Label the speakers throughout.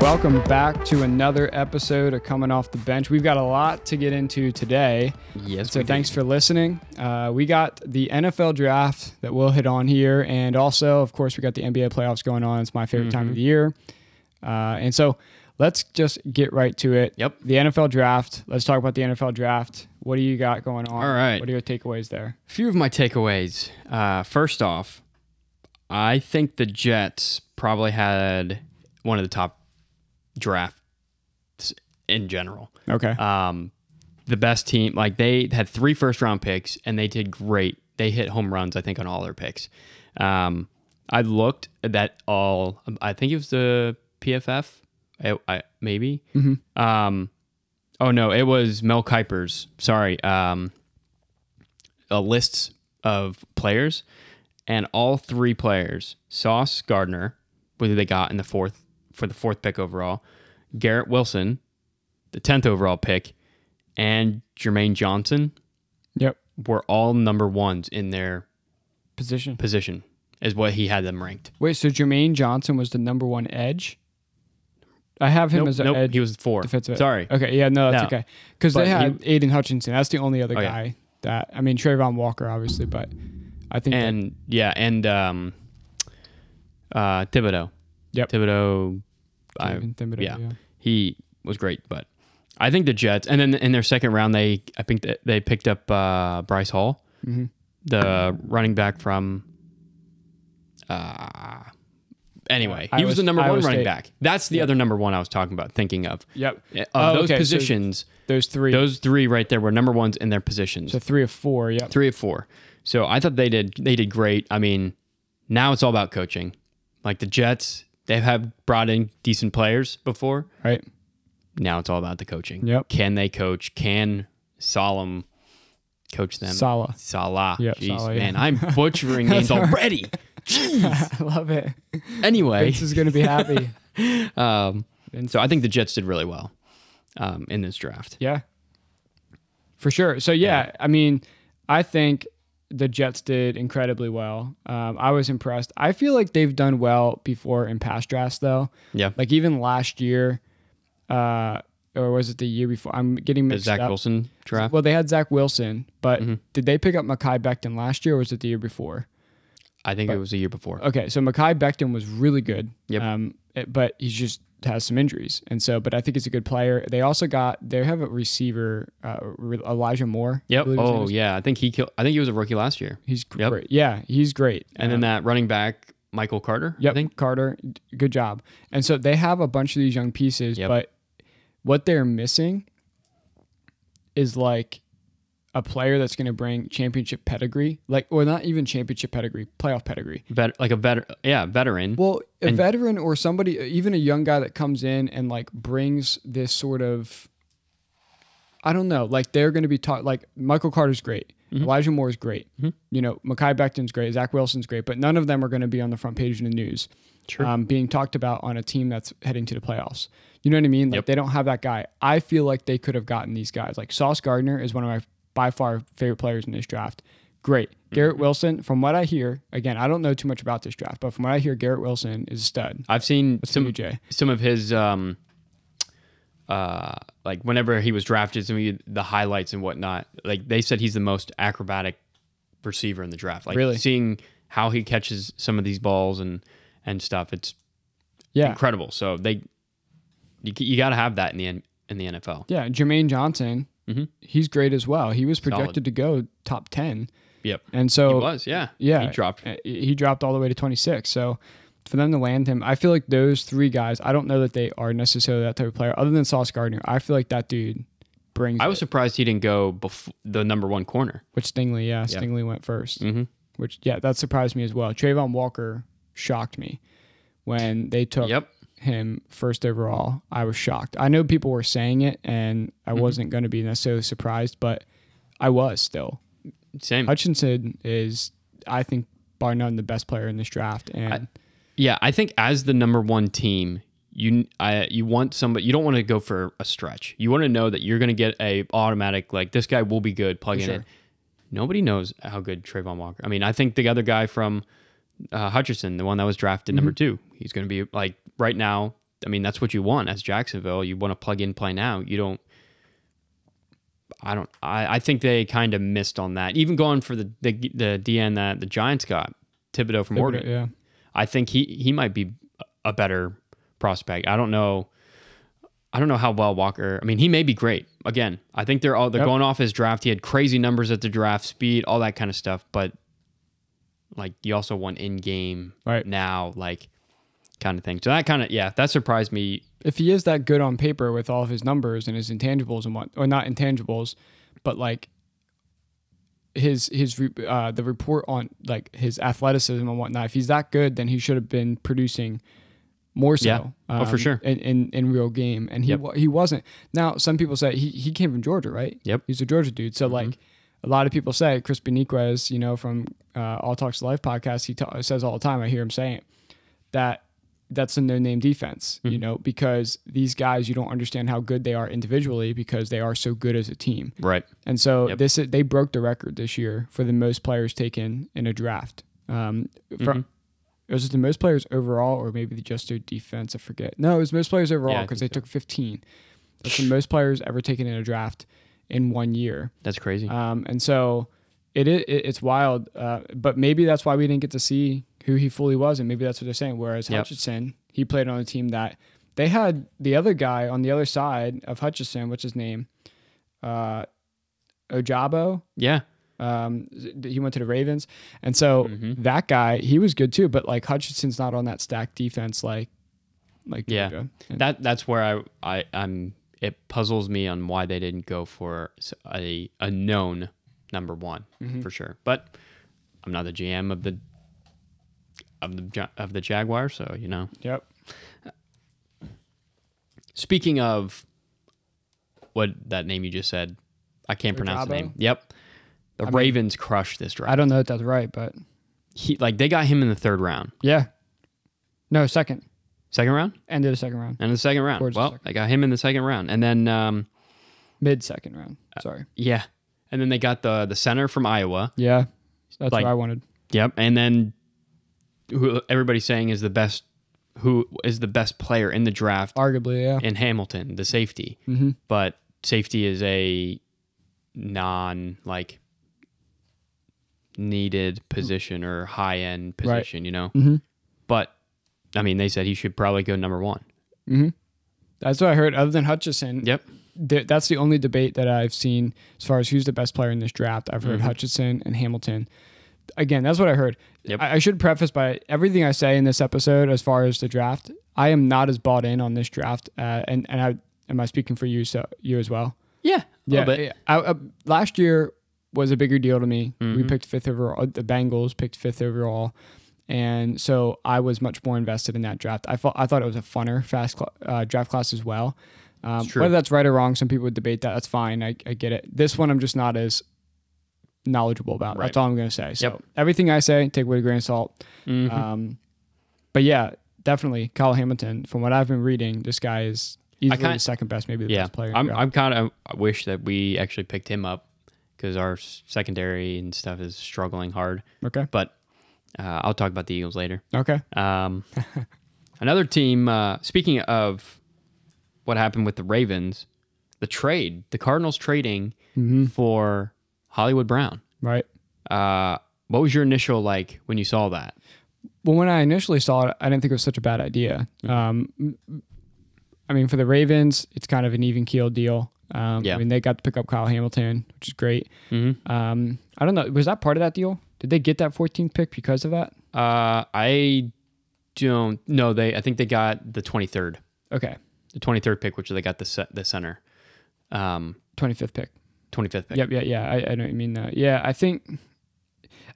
Speaker 1: Welcome back to another episode of Coming Off the Bench. We've got a lot to get into today.
Speaker 2: Yes.
Speaker 1: So
Speaker 2: we do.
Speaker 1: thanks for listening. Uh, we got the NFL draft that we'll hit on here, and also, of course, we got the NBA playoffs going on. It's my favorite
Speaker 2: Mm-hmm.
Speaker 1: time of the year, uh, and so let's just get right to it.
Speaker 2: Yep.
Speaker 1: The NFL draft. Let's talk about the NFL draft. What do you got going on?
Speaker 2: All right.
Speaker 1: What are your takeaways there?
Speaker 2: A few of my takeaways. Uh, first off, I think the Jets probably had one of the top drafts in general.
Speaker 1: Okay.
Speaker 2: Um, the best team, like they had three first round picks and they did great. They hit home runs, I think, on all their picks. Um, I looked at that all. I think it was the PFF, I, I, maybe. Um, oh no, it was Mel Kiper's. Sorry, um, a list of players, and all three players: Sauce Gardner, whether they got in the fourth for the fourth pick overall, Garrett Wilson, the tenth overall pick, and Jermaine Johnson
Speaker 1: yep.
Speaker 2: were all number ones in their
Speaker 1: Position.
Speaker 2: position, is what he had them ranked.
Speaker 1: Wait. So Jermaine Johnson was the number one edge. I have him
Speaker 2: Nope,
Speaker 1: as an
Speaker 2: nope,
Speaker 1: edge.
Speaker 2: he was four.
Speaker 1: defensive. end.
Speaker 2: Sorry,
Speaker 1: Okay. Yeah. No, that's
Speaker 2: No.
Speaker 1: okay. Because
Speaker 2: But
Speaker 1: they
Speaker 2: he-
Speaker 1: had Aiden Hutchinson. That's the only other
Speaker 2: Oh, yeah.
Speaker 1: guy that I mean Trayvon Walker, obviously, but I think. that-
Speaker 2: and yeah, and um, uh, Thibodeau.
Speaker 1: Yep.
Speaker 2: Thibodeau. I,
Speaker 1: David Thibodeau,
Speaker 2: yeah. he was great, but I think the Jets. And then in their second round, they I think that they picked up uh, Bryce Hall,
Speaker 1: Mhm.
Speaker 2: the running back from. Uh, anyway, he
Speaker 1: Iowa
Speaker 2: was the
Speaker 1: St-
Speaker 2: number
Speaker 1: Iowa
Speaker 2: one
Speaker 1: State.
Speaker 2: running back. That's the other number one I was talking about, thinking of.
Speaker 1: Yep.
Speaker 2: Of
Speaker 1: Oh,
Speaker 2: those
Speaker 1: okay, so
Speaker 2: positions,
Speaker 1: Those three.
Speaker 2: those three right there were number ones in their positions
Speaker 1: So three of four. Yep.
Speaker 2: three of four. So I thought they did they did great. I mean, now it's all about coaching. Like the Jets, they have brought in decent players before.
Speaker 1: Right.
Speaker 2: Now it's all about the coaching.
Speaker 1: Yep.
Speaker 2: Can they coach? Can Solemn coach them?
Speaker 1: Salah.
Speaker 2: Salah.
Speaker 1: Yep,
Speaker 2: Jeez,
Speaker 1: Salah, yeah.
Speaker 2: man, I'm butchering names already.
Speaker 1: I love it.
Speaker 2: Anyway,
Speaker 1: Vince is gonna be happy.
Speaker 2: um, so I think the Jets did really well um, in this draft.
Speaker 1: Yeah. For sure. So yeah, I mean, I think the Jets did incredibly well. Um, I was impressed. I feel like they've done well before in past drafts though.
Speaker 2: Yeah.
Speaker 1: Like even last year, uh, or was it the year before? I'm getting
Speaker 2: The
Speaker 1: mixed
Speaker 2: Zach
Speaker 1: up.
Speaker 2: Wilson Mm-hmm. draft.
Speaker 1: Well, they had Zach Wilson, but did they pick up Makai Becton last year or was it the year before?
Speaker 2: I think it was the year before.
Speaker 1: Okay, so Makai Becton was really good.
Speaker 2: Yep.
Speaker 1: Um, it- but he just has some injuries, and so. But I think he's a good player. They also got they have a receiver, uh, Re- Elijah Moore. I
Speaker 2: Yep.
Speaker 1: believe his name
Speaker 2: Oh
Speaker 1: is.
Speaker 2: yeah, I think he killed. I think he was a rookie last year.
Speaker 1: he's
Speaker 2: Yep.
Speaker 1: great. Yeah, he's great.
Speaker 2: And then that running back, Michael Carter, I
Speaker 1: Yep,
Speaker 2: think.
Speaker 1: Carter, d- good job. And so they have a bunch of these young pieces,
Speaker 2: Yep.
Speaker 1: but what they're missing is like a player that's going to bring championship pedigree, like or not even championship pedigree, playoff pedigree.
Speaker 2: Vet, like a veteran. Yeah, veteran.
Speaker 1: Well, a veteran or somebody, even a young guy that comes in and like brings this sort of, I don't know, like they're going to be taught. Like Michael Carter's great,
Speaker 2: Mm-hmm.
Speaker 1: Elijah Moore's great, you know, Makai Becton's great, Zach Wilson's great, but none of them are going to be on the front page of the news,
Speaker 2: Sure.
Speaker 1: um, being talked about on a team that's heading to the playoffs. You know what I mean? Like they don't have that guy. I feel like they could have gotten these guys. Like Sauce Gardner is one of my by far favorite players in this draft. Great.
Speaker 2: Mm-hmm.
Speaker 1: Garrett Wilson, from what I hear, again, I don't know too much about this draft, but from what I hear, Garrett Wilson is a stud.
Speaker 2: I've seen some
Speaker 1: DJ.
Speaker 2: some of his um uh like whenever he was drafted, some of you- the highlights and whatnot. Like they said he's the most acrobatic receiver in the draft. Like
Speaker 1: Really?
Speaker 2: seeing how he catches some of these balls and and stuff. It's
Speaker 1: Yeah.
Speaker 2: incredible. So they you, you got to have that in the N- in the NFL.
Speaker 1: Yeah. Jermaine Johnson,
Speaker 2: Mhm.
Speaker 1: he's great as well. He was projected
Speaker 2: Solid.
Speaker 1: to go top 10.
Speaker 2: Yep.
Speaker 1: And so
Speaker 2: He was, yeah.
Speaker 1: Yeah,
Speaker 2: He dropped.
Speaker 1: uh, He dropped all the way to 26. So for them to land him, I feel like those three guys. I don't know that they are necessarily that type of player, other than Sauce Gardner. I feel like that dude brings.
Speaker 2: I was surprised he didn't go before the number 1 corner.
Speaker 1: it, which Stingley, yeah,
Speaker 2: Yeah.
Speaker 1: Stingley went 1st
Speaker 2: Mhm.
Speaker 1: Which yeah, that surprised me as well. Trayvon Walker shocked me when they took
Speaker 2: Yep.
Speaker 1: him first overall. I was shocked. I know people were saying it, and I
Speaker 2: Mm-hmm.
Speaker 1: wasn't going to be necessarily surprised, but I was still.
Speaker 2: Same.
Speaker 1: Hutchinson is, I think, bar none, the best player in this draft, and.
Speaker 2: Yeah, I think as the number one team, you I, you want somebody. You don't want to go for a stretch. You want to know that you're going to get a automatic like this guy will be good. Plug in.
Speaker 1: sure.
Speaker 2: it. Nobody knows how good Trayvon Walker. I mean, I think the other guy from uh, Hutcherson, the one that was drafted number two, he's going to be like right now. I mean, that's what you want as Jacksonville. You want to plug in play now. You don't. I don't. I, I think they kind of missed on that. Even going for the the, the DN that the Giants got Thibodeau from Oregon.
Speaker 1: Yeah.
Speaker 2: I think he he might be a better prospect. I don't know. I don't know how well Walker. I mean, he may be great. Again, I think they're all they're
Speaker 1: Yep.
Speaker 2: going off his draft. He had crazy numbers at the draft, speed, all that kind of stuff. But like, you also want in game
Speaker 1: Right.
Speaker 2: now, like kind of thing. So that kind of yeah, that surprised me.
Speaker 1: If he is that good on paper with all of his numbers and his intangibles and what, or not intangibles, but like his his re- uh, the report on like his athleticism and whatnot. If he's that good, then he should have been producing more so.
Speaker 2: Yeah. Oh, for sure.
Speaker 1: Um, In, in in real game, and he
Speaker 2: Yep.
Speaker 1: wa- he wasn't. Now some people say he he came from Georgia, right?
Speaker 2: Yep. Mm-hmm.
Speaker 1: He's a Georgia dude. So like a lot of people say Chris Beniquez, you know, from uh, All Talks to Life podcast, he ta- says all the time. I hear him saying it, that that's a no name defense,
Speaker 2: Mm.
Speaker 1: you know, because these guys you don't understand how good they are individually because they are so good as a team.
Speaker 2: Right.
Speaker 1: And so this is, they broke the record this year for the most players taken in a draft. Um, for,
Speaker 2: Mm-hmm.
Speaker 1: Was it the most players overall, or maybe just their defense? I forget. No, it was most players
Speaker 2: Yeah,
Speaker 1: overall
Speaker 2: I
Speaker 1: because
Speaker 2: think
Speaker 1: they took 15. That's the most players ever taken in a draft in one year.
Speaker 2: That's crazy.
Speaker 1: Um, and so it, it it's wild. Uh, but maybe that's why we didn't get to see who he fully was, and maybe that's what they're saying. Whereas
Speaker 2: Yep.
Speaker 1: Hutchinson, he played on a team that they had the other guy on the other side of Hutchinson, what's his name, uh, Ojabo.
Speaker 2: yeah.
Speaker 1: Um, he went to the Ravens, and so
Speaker 2: Mm-hmm.
Speaker 1: that guy he was good too. But like Hutchinson's not on that stack defense like like
Speaker 2: Yeah.
Speaker 1: Georgia. And
Speaker 2: That that's where I I I'm it puzzles me on why they didn't go for s- a a known number one
Speaker 1: Mm-hmm.
Speaker 2: for sure. But I'm not the GM of the of the Ja- of the Jaguar, so you know.
Speaker 1: Yep.
Speaker 2: Speaking of what that name you just said, I can't pronounce the
Speaker 1: Ojabo?
Speaker 2: name. Yep. The Ravens crushed this
Speaker 1: I
Speaker 2: draft.
Speaker 1: don't know if that's right, but
Speaker 2: He, like they got him in the third round,
Speaker 1: yeah. No, second.
Speaker 2: second round,
Speaker 1: End of the second round.
Speaker 2: and the second round.
Speaker 1: Towards the
Speaker 2: well,
Speaker 1: second.
Speaker 2: they got him in the second round, and then um,
Speaker 1: Mid second round.
Speaker 2: Uh,
Speaker 1: Sorry.
Speaker 2: yeah, and then they got the the center from Iowa.
Speaker 1: Yeah, that's
Speaker 2: Like-
Speaker 1: what I wanted.
Speaker 2: Yep. And then who everybody's saying is the best who is the best player in the draft
Speaker 1: Arguably, yeah.
Speaker 2: in Hamilton, the safety. But safety is a non like needed position or high end position, you know.
Speaker 1: Mhm.
Speaker 2: But I mean, they said he should probably go number one.
Speaker 1: That's what I heard. Other than Hutchison,
Speaker 2: Yep.
Speaker 1: th- that's the only debate that I've seen as far as who's the best player in this draft. I've
Speaker 2: Mm-hmm.
Speaker 1: heard Hutchinson and Hamilton. Again, that's what I heard.
Speaker 2: Yep.
Speaker 1: I-, I should preface by everything I say in this episode as far as the draft. I am not as bought in on this draft, uh, and and I am I speaking for you so you as well.
Speaker 2: Yeah.
Speaker 1: Yeah,
Speaker 2: But
Speaker 1: yeah. I, uh, last year was a bigger deal to me. We
Speaker 2: Mm-hmm.
Speaker 1: picked fifth overall. The Bengals picked fifth overall, and so I was much more invested in that draft. I thought I thought it was a funner fast cl- uh, draft class as well. Um,
Speaker 2: true.
Speaker 1: Whether that's right or wrong, some people would debate that. That's fine. I, I get it. This one, I'm just not as knowledgeable about.
Speaker 2: Right.
Speaker 1: That's all I'm going to say. So
Speaker 2: Yep. Mm-hmm.
Speaker 1: everything I say, take with a grain of salt. Um, but yeah, definitely Kyle Hamilton. From what I've been reading, this guy is easily
Speaker 2: kinda-
Speaker 1: the second best, maybe the
Speaker 2: yeah.
Speaker 1: best player. in the
Speaker 2: I'm
Speaker 1: draft.
Speaker 2: I'm kind of I wish that we actually picked him up because our s- secondary and stuff is struggling hard.
Speaker 1: okay.
Speaker 2: but uh, I'll talk about the Eagles later.
Speaker 1: Okay.
Speaker 2: Um, another team. Uh, speaking of what happened with the Ravens, the trade, the Cardinals trading
Speaker 1: Mm-hmm.
Speaker 2: for Hollywood Brown.
Speaker 1: Right.
Speaker 2: Uh, what was your initial like when you saw that?
Speaker 1: Well, when I initially saw it, I didn't think it was such a bad idea. Um, I mean, for the Ravens, it's kind of an even keel deal. Um,
Speaker 2: Yeah. Mm-hmm.
Speaker 1: I mean, they got to pick up Kyle Hamilton, which is great. Um, I don't know. Was that part of that deal? Did they get that 14th pick because of that?
Speaker 2: Uh, I don't know. They I think they got the twenty third,
Speaker 1: Okay.
Speaker 2: the twenty third pick, which they got the se- the center, um,
Speaker 1: 25th pick.
Speaker 2: twenty fifth pick.
Speaker 1: Yep. Yeah. Yeah. I, I know what you mean. That. Yeah. I think,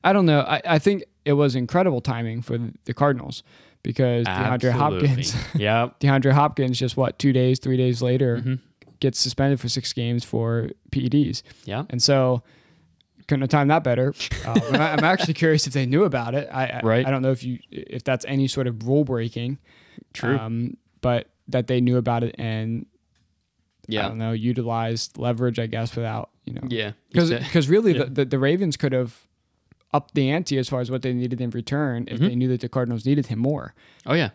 Speaker 1: I don't know. I, I think it was incredible timing for the Cardinals because DeAndre
Speaker 2: Absolutely.
Speaker 1: Hopkins
Speaker 2: yep.
Speaker 1: DeAndre Hopkins just what two days, three days later
Speaker 2: Mm-hmm.
Speaker 1: gets suspended for six games for PEDs,
Speaker 2: Yeah.
Speaker 1: and so couldn't have timed that better. Uh, I'm- I'm actually curious if they knew about it. I, I-
Speaker 2: Right.
Speaker 1: I don't know if you if that's any sort of rule breaking,
Speaker 2: True.
Speaker 1: um, but that they knew about it and I
Speaker 2: yeah.
Speaker 1: don't know utilized leverage, I guess, without you know
Speaker 2: Yeah. Exa-
Speaker 1: because really the, the, the Ravens could have
Speaker 2: Mm-hmm.
Speaker 1: upped the ante as far as what they needed in return if they knew that the Cardinals needed him more.
Speaker 2: Oh yeah.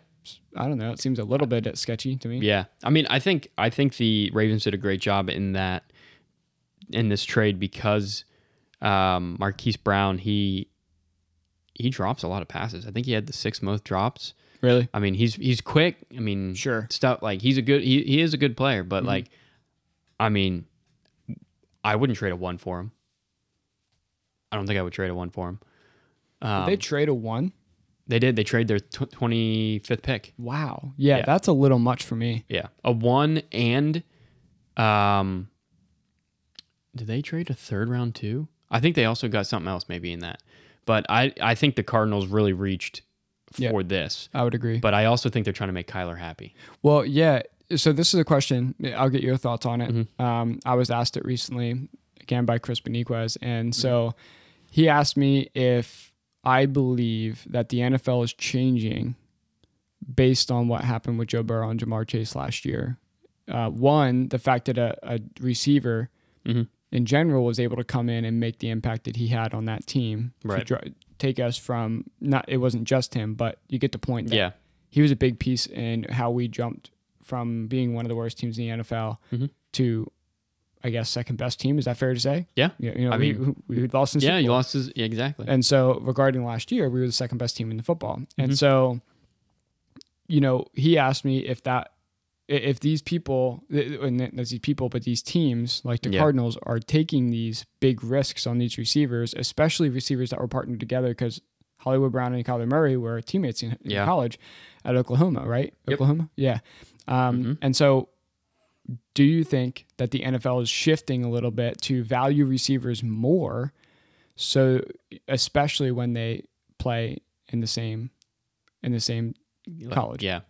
Speaker 1: I don't know. It seems a little bit sketchy to me.
Speaker 2: Yeah. I mean, I think I think the Ravens did a great job in that in this trade because um, Marquise Brown he he drops a lot of passes. I think he had the sixth most drops.
Speaker 1: Really?
Speaker 2: I mean, he's he's quick. I mean,
Speaker 1: Sure. Mm-hmm.
Speaker 2: stuff like he's a good he, he is a good player, but like, I mean, I wouldn't trade a one for him. I don't think I would trade a one for him. Um,
Speaker 1: Did they trade a one?
Speaker 2: They did. They trade their twenty fifth pick.
Speaker 1: Wow. Yeah, that's a little much for me.
Speaker 2: Yeah, a one and um, did they trade a third round too? I think they also got something else maybe in that, but I I think the Cardinals really reached
Speaker 1: Yeah.
Speaker 2: for this.
Speaker 1: I would agree.
Speaker 2: But I also think they're trying to make Kyler happy.
Speaker 1: Well, yeah. So this is a question. I'll get your thoughts on it. Um, I was asked it recently again by Chris Beniquez, and so he asked me if I believe that the NFL is changing based on what happened with Joe Burrow and Jamar Chase last year. Uh, one, the fact that a, a receiver
Speaker 2: Mhm.
Speaker 1: in general was able to come in and make the impact that he had on that team. to
Speaker 2: Right.
Speaker 1: dri- take us from not it wasn't just him, but you get the point. that
Speaker 2: Yeah,
Speaker 1: he was a big piece in how we jumped from being one of the worst teams in the NFL
Speaker 2: Mhm.
Speaker 1: to, I guess, second best team. Is that fair to say?
Speaker 2: yeah,
Speaker 1: You, you know,
Speaker 2: I
Speaker 1: we, we we lost in
Speaker 2: yeah.
Speaker 1: Super
Speaker 2: You
Speaker 1: Bowl.
Speaker 2: lost his yeah, exactly. Mm-hmm.
Speaker 1: And so, regarding last year, we were the second best team in the football. And so, you know, he asked me if that, i- if these people, th- and not these people, but these teams like the
Speaker 2: Yeah.
Speaker 1: Cardinals are taking these big risks on these receivers, especially receivers that were partnered together because Hollywood Brown and Kyler Murray were teammates in, in
Speaker 2: Yeah.
Speaker 1: college at Oklahoma, right?
Speaker 2: Yep. Mm-hmm.
Speaker 1: Oklahoma? Yeah. Um, And so, do you think that the NFL is shifting a little bit to value receivers more? So especially when they play in the same in the same college.
Speaker 2: Yeah.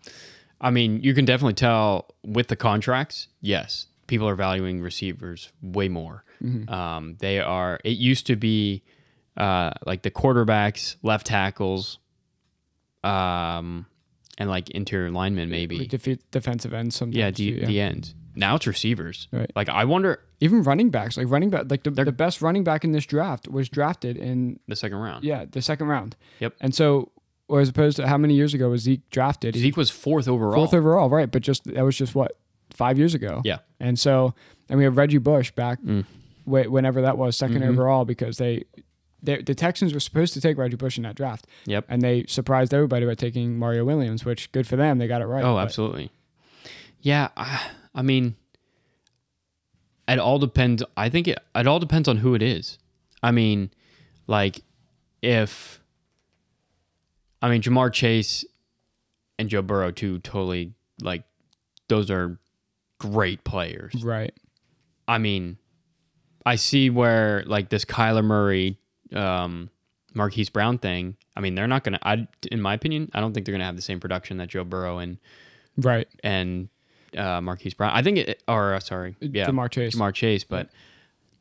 Speaker 2: I mean, you can definitely tell with the contracts, yes, people are valuing receivers way more.
Speaker 1: Mm-hmm.
Speaker 2: Um, they are, it used to be uh, like the quarterbacks, left tackles, um, and like interior linemen, maybe.
Speaker 1: Like defeat defensive ends sometimes.
Speaker 2: yeah,
Speaker 1: too,
Speaker 2: the, the end. Now it's receivers.
Speaker 1: Right.
Speaker 2: Like, I wonder
Speaker 1: Even running backs, like running back like the, the best running back in this draft was drafted in
Speaker 2: the second round.
Speaker 1: yeah, the second round.
Speaker 2: Yep.
Speaker 1: And so or as opposed to how many years ago was Zeke drafted?
Speaker 2: Zeke was fourth overall.
Speaker 1: Fourth overall, right, but just that was just what, five years ago.
Speaker 2: yeah.
Speaker 1: And so, and we have Reggie Bush back
Speaker 2: Mm.
Speaker 1: wh- whenever that was 2nd
Speaker 2: Mm-hmm.
Speaker 1: overall because they, they, the Texans were supposed to take Reggie Bush in that draft.
Speaker 2: Yep.
Speaker 1: And they surprised everybody by taking Mario Williams, which good for them. They got it right.
Speaker 2: Oh,
Speaker 1: But
Speaker 2: absolutely. Yeah, I, I mean, it all depends. I think it, it all depends on who it is. I mean, like if I mean Jamar Chase and Joe Burrow, two totally like those are great players.
Speaker 1: Right.
Speaker 2: I mean, I see where like this Kyler Murray, um, Marquise Brown thing. I mean, they're not gonna. I, in my opinion, I don't think they're gonna have the same production that Joe Burrow and
Speaker 1: Right.
Speaker 2: and uh, Marquise Brown. I think it, or uh, sorry, yeah,
Speaker 1: Jamar Chase.
Speaker 2: Jamar Chase. But,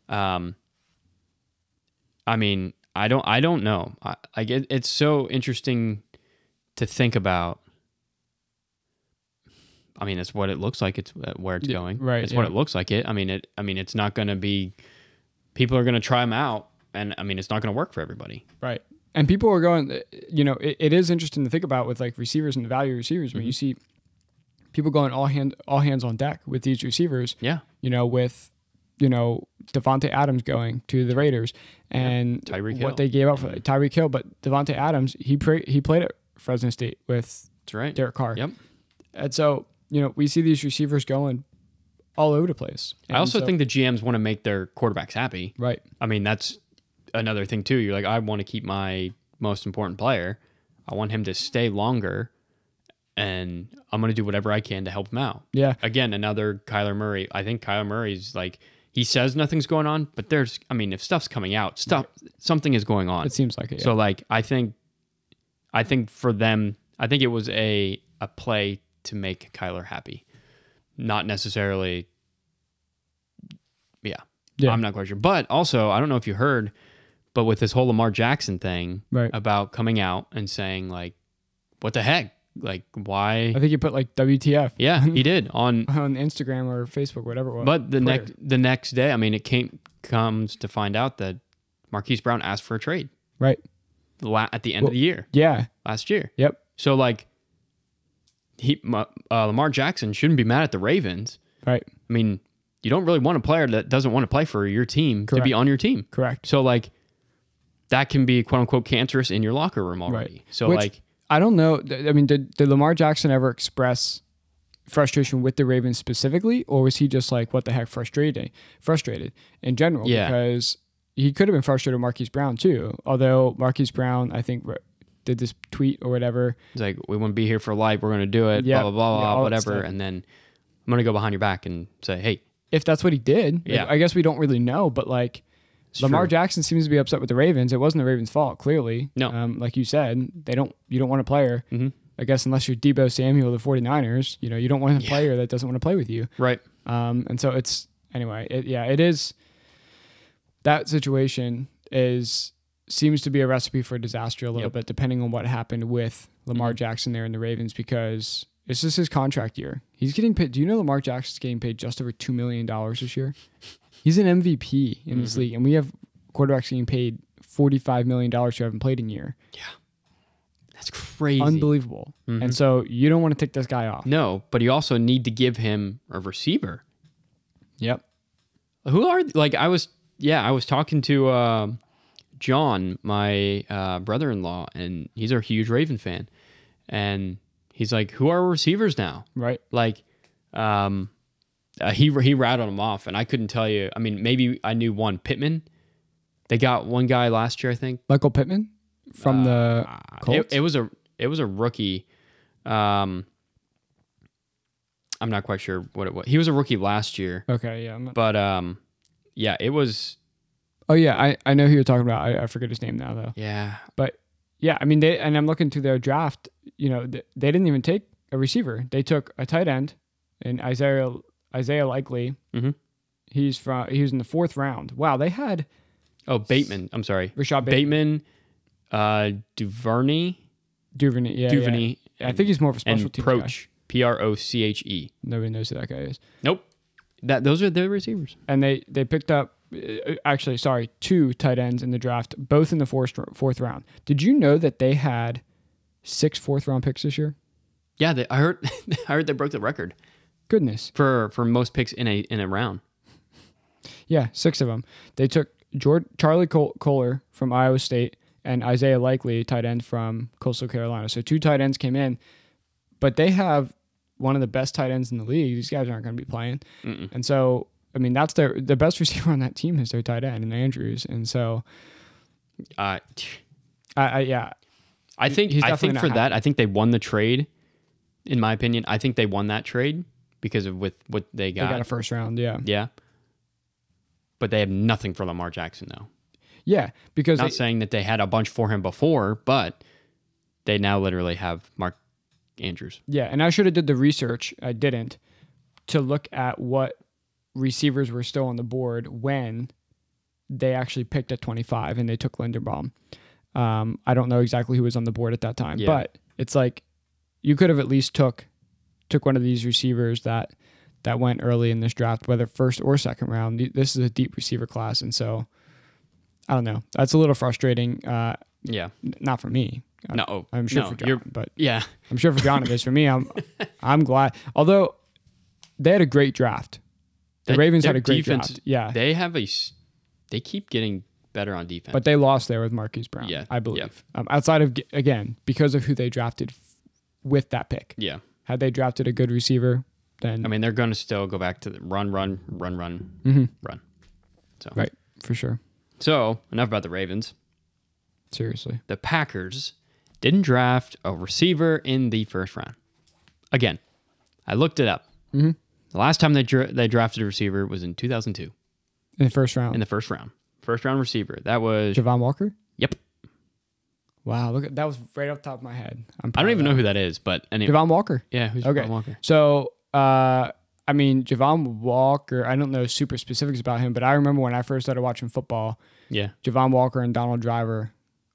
Speaker 2: um, I mean, I don't, I don't know. I, like, it, it's so interesting to think about. I mean, it's what it looks like. It's uh, where it's
Speaker 1: Yeah,
Speaker 2: going.
Speaker 1: right,
Speaker 2: It's what
Speaker 1: yeah.
Speaker 2: it looks like. It. I mean, it. I mean, it's not going to be. People are going to try them out, and I mean, it's not going to work for everybody.
Speaker 1: Right. And people are going, you know, it, it is interesting to think about with like receivers and the value of receivers when you see
Speaker 2: Mm-hmm.
Speaker 1: people going all hand all hands on deck with these receivers.
Speaker 2: Yeah,
Speaker 1: you know, with you know Devonte Adams going to the Raiders and
Speaker 2: Tyreek Hill.
Speaker 1: what they gave up for Tyreek Hill, but Devonte Adams he pre- he played at Fresno State with
Speaker 2: that's right.
Speaker 1: Derek Carr,
Speaker 2: Yep.
Speaker 1: and so you know we see these receivers going all over the place.
Speaker 2: I also
Speaker 1: And so-
Speaker 2: think the GMs want to make their quarterbacks happy.
Speaker 1: right,
Speaker 2: I mean, that's another thing too. You're like, I want to keep my most important player. I want him to stay longer, and I'm gonna do whatever I can to help him out.
Speaker 1: yeah,
Speaker 2: Again, another Kyler Murray. I think Kyler Murray's like he says nothing's going on, but there's. I mean, if stuff's coming out, stuff something is going on.
Speaker 1: it seems like it.
Speaker 2: So like, I think, I think for them, I think it was a a play to make Kyler happy, not necessarily. Yeah,
Speaker 1: Yeah.
Speaker 2: I'm not quite sure. But also, I don't know if you heard, but with this whole Lamar Jackson thing
Speaker 1: Right.
Speaker 2: about coming out and saying like, "What the heck? Like, why?"
Speaker 1: I think you put like WTF
Speaker 2: yeah, he did on.
Speaker 1: on Instagram or Facebook, whatever it was.
Speaker 2: But the
Speaker 1: Twitter.
Speaker 2: next the next day, I mean, it came comes to find out that Marquise Brown asked for a trade
Speaker 1: right,
Speaker 2: la- at the end of the year
Speaker 1: yeah,
Speaker 2: last year.
Speaker 1: yep,
Speaker 2: So like he Ma- uh, Lamar Jackson shouldn't be mad at the Ravens.
Speaker 1: Right.
Speaker 2: I mean, you don't really want a player that doesn't want to play for your team to
Speaker 1: Correct.
Speaker 2: be on your team.
Speaker 1: Correct.
Speaker 2: So like that can be quote unquote cancerous in your locker room already. So
Speaker 1: Which,
Speaker 2: like
Speaker 1: I don't know. th- I mean, did, did Lamar Jackson ever express frustration with the Ravens specifically, or was he just like, what the heck, frustrated, frustrated in general?
Speaker 2: Yeah.
Speaker 1: Because he could have been frustrated with Marquise Brown too. Although Marquise Brown, I think, re- did this tweet or whatever.
Speaker 2: it's like we want to be here for life, we're gonna do it,
Speaker 1: Yeah.
Speaker 2: blah blah blah,
Speaker 1: Yeah,
Speaker 2: blah
Speaker 1: all that
Speaker 2: whatever.
Speaker 1: stuff.
Speaker 2: And then I'm gonna go behind your back and say, Hey,
Speaker 1: If that's what he did, like,
Speaker 2: Yeah.
Speaker 1: I guess we don't really know, but like, Lamar
Speaker 2: true.
Speaker 1: Jackson seems to be upset with the Ravens. It wasn't the Ravens' fault, clearly.
Speaker 2: No. Mm-hmm.
Speaker 1: Um, like you said, they don't. You don't want a player. I guess unless you're Debo Samuel, the 49ers, you know, you don't want a player that doesn't want to play with you.
Speaker 2: right.
Speaker 1: Um, and so it's anyway, it, yeah, it is. That situation is seems to be a recipe for disaster a little
Speaker 2: Yep. Mm-hmm.
Speaker 1: bit, depending on what happened with Lamar Jackson there in the Ravens, because this is his contract year. He's getting paid. Do you know Lamar Jackson's getting paid just over two million dollars this year? He's an MVP in
Speaker 2: Mm-hmm.
Speaker 1: this league, and we have quarterbacks getting paid forty-five million dollars who haven't played in a year.
Speaker 2: That's crazy.
Speaker 1: Unbelievable.
Speaker 2: Mm-hmm.
Speaker 1: And so you don't want to take this guy off.
Speaker 2: no, but you also need to give him a receiver.
Speaker 1: Yep.
Speaker 2: Who are like I was yeah, I was talking to um John, my uh, brother-in-law, and he's a huge Raven fan. And he's like, "Who are receivers now?"
Speaker 1: Right.
Speaker 2: Like, um, uh, he he rattled them off, and I couldn't tell you. I mean, maybe I knew one Pittman. They got one guy last year, I think.
Speaker 1: Michael Pittman from the Colts.
Speaker 2: Uh, It, it was a it was a rookie. Um, I'm not quite sure what it was. He was a rookie last year,
Speaker 1: okay. Yeah. I'm not-
Speaker 2: but um, yeah, it was
Speaker 1: Oh yeah, I, I know who you're talking about. I, I forget his name now though.
Speaker 2: yeah.
Speaker 1: But yeah, I mean they and I'm looking through their draft. You know th- they didn't even take a receiver. They took a tight end, and Isaiah Isaiah Likely.
Speaker 2: Mhm.
Speaker 1: He's from he was in the fourth round. Wow, they had
Speaker 2: Oh, Bateman. I'm sorry,
Speaker 1: Rashad Bateman,
Speaker 2: Bateman, uh, Duvernay,
Speaker 1: Duvernay. Yeah,
Speaker 2: Duvernay,
Speaker 1: Yeah. I think he's more of a
Speaker 2: and
Speaker 1: special team guy.
Speaker 2: Proch, P R O C H E.
Speaker 1: Nobody knows who that guy is.
Speaker 2: Nope, that those are their receivers.
Speaker 1: And they they picked up uh, actually sorry two tight ends in the draft, both in the fourth fourth round. Did you know that they had six fourth round picks this year?
Speaker 2: Yeah, they, I heard. I heard they broke the record
Speaker 1: Goodness.
Speaker 2: for for most picks in a in a round.
Speaker 1: Yeah, six of them. They took George, Charlie Col- Kohler from Iowa State and Isaiah Likely, tight end from Coastal Carolina. So two tight ends came in, but they have one of the best tight ends in the league. These guys aren't going to be playing, and so I mean that's their the best receiver on that team is their tight end and Andrews, and so
Speaker 2: Uh,
Speaker 1: I, I yeah
Speaker 2: I think
Speaker 1: he's
Speaker 2: I
Speaker 1: definitely
Speaker 2: think
Speaker 1: not
Speaker 2: for that I think they won the trade. In my opinion, I think they won that trade because of with what they
Speaker 1: they
Speaker 2: got.
Speaker 1: got a first round. Yeah,
Speaker 2: yeah, but they have nothing for Lamar Jackson though.
Speaker 1: yeah, because
Speaker 2: Not saying that they had a bunch for him before, but they now literally have Mark Andrews.
Speaker 1: Yeah, and I should have did the research. I didn't to look at what receivers were still on the board when they actually picked at 25 and they took Linderbaum. Um, I don't know exactly who was on the board at that time,
Speaker 2: Yeah.
Speaker 1: but it's like you could have at least took took one of these receivers that that went early in this draft, whether first or second round. Th- This is a deep receiver class, and so I don't know. That's a little frustrating. Uh,
Speaker 2: Yeah,
Speaker 1: n- not for me. I-
Speaker 2: no, oh,
Speaker 1: I'm sure
Speaker 2: no,
Speaker 1: for
Speaker 2: you're-
Speaker 1: John, but
Speaker 2: yeah,
Speaker 1: I'm sure for John it is. For me, I'm I'm glad. Although they had a great draft. The
Speaker 2: That-
Speaker 1: Ravens had
Speaker 2: their
Speaker 1: a great
Speaker 2: defense-
Speaker 1: draft. Yeah.
Speaker 2: they have a. s- They keep getting better on defense.
Speaker 1: but they lost there with Marquise Brown,
Speaker 2: Yeah,
Speaker 1: I believe. Um, outside of, again, because of who they drafted f- with that pick.
Speaker 2: yeah,
Speaker 1: Had they drafted a good receiver, then,
Speaker 2: I mean, they're going to still go back to the run, run, run, run,
Speaker 1: Mm-hmm.
Speaker 2: run. So,
Speaker 1: right, for sure.
Speaker 2: so enough about the Ravens.
Speaker 1: Seriously.
Speaker 2: The Packers didn't draft a receiver in the first round. Again, I looked it up. Mm-hmm. The last time they dra- they drafted a receiver was in 2002
Speaker 1: In the first round.
Speaker 2: in the first round. First round receiver. That was
Speaker 1: Javon Walker?
Speaker 2: yep.
Speaker 1: Wow, look at that was right off the top of my head. I'm
Speaker 2: I don't even know who that is, but anyway,
Speaker 1: Javon Walker.
Speaker 2: yeah, who's
Speaker 1: Okay.
Speaker 2: Javon Walker?
Speaker 1: So, uh, I mean, Javon Walker, I don't know super specifics about him, but I remember when I first started watching football,
Speaker 2: Yeah,
Speaker 1: Javon Walker and Donald Driver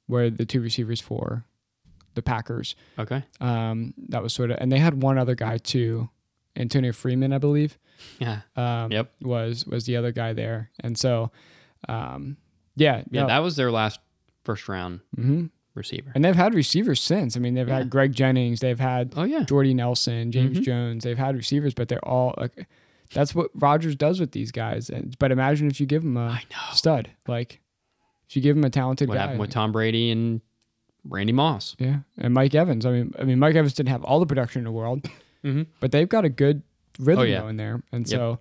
Speaker 1: were the two receivers for the Packers.
Speaker 2: okay.
Speaker 1: Um, that was sort of, and they had one other guy too, Antonio Freeman, I believe.
Speaker 2: Yeah,
Speaker 1: Um,
Speaker 2: Yep.
Speaker 1: was was the other guy there, and so, um, yeah,
Speaker 2: yeah.
Speaker 1: no,
Speaker 2: That was their last first round
Speaker 1: mhm.
Speaker 2: receiver.
Speaker 1: And they've had receivers since. I mean, they've had Greg Jennings, they've had
Speaker 2: Oh yeah.
Speaker 1: Jordy Nelson, James
Speaker 2: Mm-hmm.
Speaker 1: Jones. They've had receivers, but they're all like that's what Rodgers does with these guys. And but imagine if you give him a
Speaker 2: I know.
Speaker 1: stud, like if you give him a talented
Speaker 2: What
Speaker 1: guy.
Speaker 2: happened with Tom Brady and Randy Moss?
Speaker 1: yeah, and Mike Evans. I mean, I mean, Mike Evans didn't have all the production in the world,
Speaker 2: Mhm.
Speaker 1: but they've got a good rhythm
Speaker 2: Oh, yeah.
Speaker 1: though in there, and
Speaker 2: Yep.
Speaker 1: so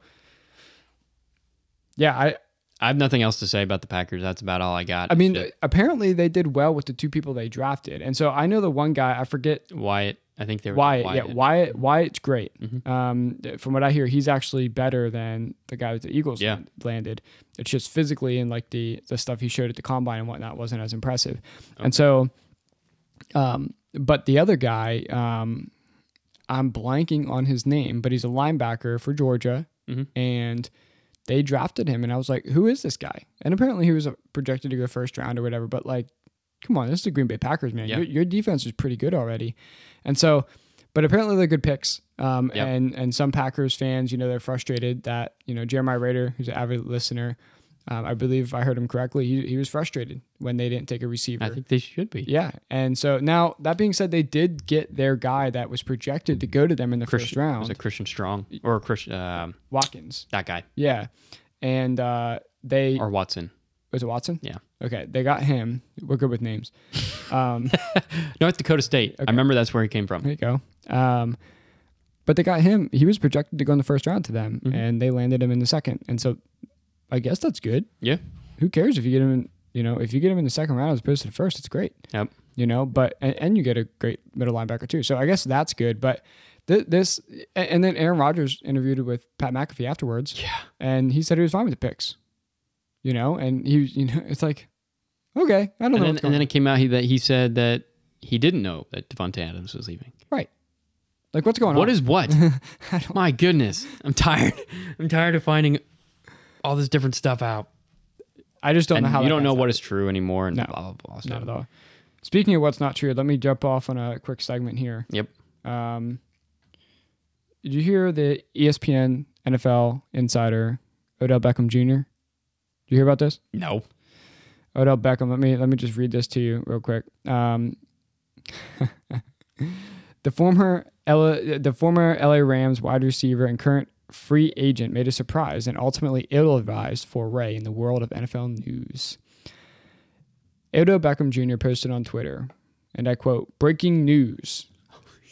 Speaker 1: yeah, I
Speaker 2: I have nothing else to say about the Packers. That's about all I got.
Speaker 1: I mean,
Speaker 2: Just
Speaker 1: apparently they did well with the two people they drafted, and so I know the one guy I forget
Speaker 2: Wyatt. I think they were
Speaker 1: Wyatt, yeah, Wyatt, Wyatt's great. Um, th- from what I hear, he's actually better than the guy that the Eagles
Speaker 2: Yeah.
Speaker 1: land- landed. It's just physically and like the the stuff he showed at the combine and whatnot wasn't as impressive. And so, um, but the other guy, um, I'm blanking on his name, but he's a linebacker for Georgia,
Speaker 2: Mhm.
Speaker 1: and they drafted him, and I was like, who is this guy? And apparently he was uh, projected to go first round or whatever, but like. Come on, this is the Green Bay Packers, man.
Speaker 2: Yeah.
Speaker 1: Your, your defense is pretty good already. And so, but apparently they're good picks. Um,
Speaker 2: Yep.
Speaker 1: and and some Packers fans, you know, they're frustrated that you know Jeremiah Rader, who's an avid listener, um, I believe if I heard him correctly, he, he was frustrated when they didn't take a receiver.
Speaker 2: I think they should be.
Speaker 1: yeah, and so now that being said, they did get their guy that was projected to go to them in the first
Speaker 2: Christian
Speaker 1: round,
Speaker 2: was it Christian Strong or Christian um,
Speaker 1: Watkins.
Speaker 2: that guy
Speaker 1: Yeah, and uh, they
Speaker 2: or Watson?
Speaker 1: was it Watson?
Speaker 2: Yeah.
Speaker 1: Okay, they got him. We're good with names. Um,
Speaker 2: North Dakota State. I remember that's where he came from.
Speaker 1: There you go. Um, but they got him. He was projected to go in the first round to them,
Speaker 2: Mm-hmm.
Speaker 1: and they landed him in the second. And so, I guess that's good.
Speaker 2: Yeah.
Speaker 1: Who cares if you get him? in You know, if you get him in the second round as opposed to the first, it's great.
Speaker 2: Yep.
Speaker 1: You know, but and, and you get a great middle linebacker too. So I guess that's good. But th- this, and, and then Aaron Rodgers interviewed with Pat McAfee afterwards,
Speaker 2: Yeah.
Speaker 1: and he said he was fine with the picks. You know, and he, was- you know, it's like, okay, I don't know.
Speaker 2: And
Speaker 1: what's
Speaker 2: then,
Speaker 1: going
Speaker 2: and
Speaker 1: on.
Speaker 2: then it came out he, that he said that he didn't know that Devontae Adams was leaving.
Speaker 1: like, what's going on?
Speaker 2: What is what?
Speaker 1: I don't,
Speaker 2: My goodness, I'm tired. I'm tired of finding all this different stuff out.
Speaker 1: I just don't
Speaker 2: And
Speaker 1: know how
Speaker 2: you
Speaker 1: that
Speaker 2: don't
Speaker 1: got
Speaker 2: know
Speaker 1: started.
Speaker 2: what is true anymore. And
Speaker 1: No.
Speaker 2: blah blah blah.
Speaker 1: Not at
Speaker 2: So.
Speaker 1: all. Speaking of what's not true, let me jump off on a quick segment here.
Speaker 2: Yep.
Speaker 1: Um, did you hear the E ESPN NFL insider Odell Beckham Jr.? Did you hear about this?
Speaker 2: No.
Speaker 1: Odell Beckham. Let me let me just read this to you real quick. Um, the former LA, the former LA Rams wide receiver and current free agent made a surprise and ultimately ill-advised foray in the world of NFL news. Odell Beckham Jr. posted on Twitter, and I quote: "Breaking news: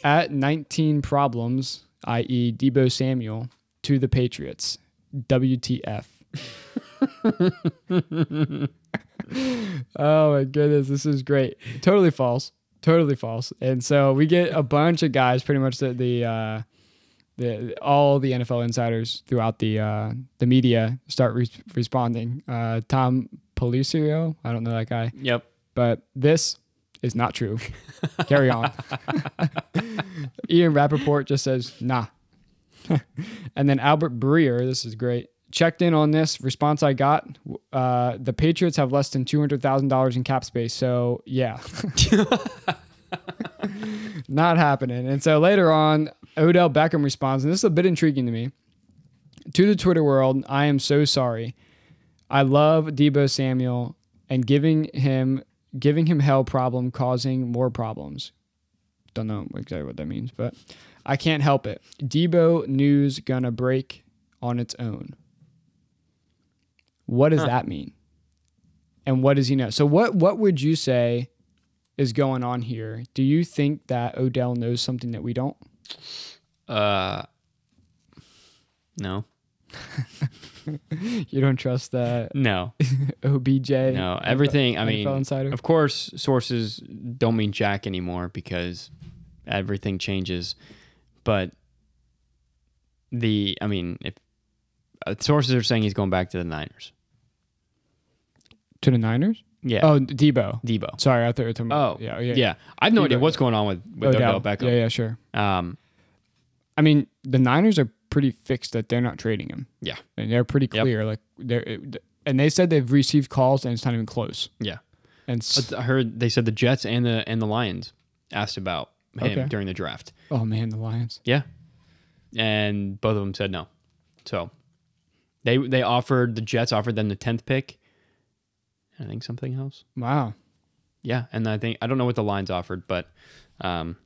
Speaker 1: At 19 problems, i.e., Debo Samuel to the Patriots. WTF." Oh my goodness, this is great. Totally false. Totally false. And so we get a bunch of guys, pretty much the the uh, the all the NFL insiders throughout the uh, the media start re- responding. Uh, Tom Policio, I don't know that guy,
Speaker 2: Yep.
Speaker 1: but this is not true. Carry on. Ian Rappaport just says, nah. and then Albert Breer, this is great, checked in on this. Response I got uh, the Patriots have less than $200,000 in cap space. So, yeah. Not happening. And so later on, Odell Beckham responds, and this is a bit intriguing to me. To the Twitter world, I am so sorry. I love Debo Samuel and giving him giving him hell problem causing more problems. Don't know exactly what that means, but I can't help it. Debo news gonna break on its own. What does that mean? And what does he know? So what what would you say is going on here? Do you think that Odell knows something that we don't?
Speaker 2: Uh. No.
Speaker 1: You don't trust the
Speaker 2: No.
Speaker 1: OBJ?
Speaker 2: No. Everything. I mean,
Speaker 1: NFL insider.
Speaker 2: of course, sources don't mean jack anymore because everything changes. But the, I mean, if uh, sources are saying he's going back to the Niners.
Speaker 1: To the Niners?
Speaker 2: Yeah.
Speaker 1: Oh, Debo.
Speaker 2: Debo.
Speaker 1: Sorry, I thought you were talking
Speaker 2: Oh,
Speaker 1: about. yeah, yeah,
Speaker 2: I have no
Speaker 1: Debo,
Speaker 2: idea what's going on with, with Odell.
Speaker 1: Yeah,
Speaker 2: Beckham.
Speaker 1: yeah, sure.
Speaker 2: Um,
Speaker 1: I mean, the Niners are pretty fixed that they're not trading him.
Speaker 2: Yeah.
Speaker 1: and they're pretty
Speaker 2: Yep.
Speaker 1: clear. Like they're it- and they said they've received calls and it's not even close.
Speaker 2: yeah.
Speaker 1: And s-
Speaker 2: I heard they said the Jets and the and the Lions asked about him
Speaker 1: Okay.
Speaker 2: during the draft.
Speaker 1: oh man, the Lions.
Speaker 2: Yeah, and both of them said no. So they they offered the Jets offered them the tenth pick. and I think something else.
Speaker 1: Wow.
Speaker 2: yeah, and I think I don't know what the lines offered, but um,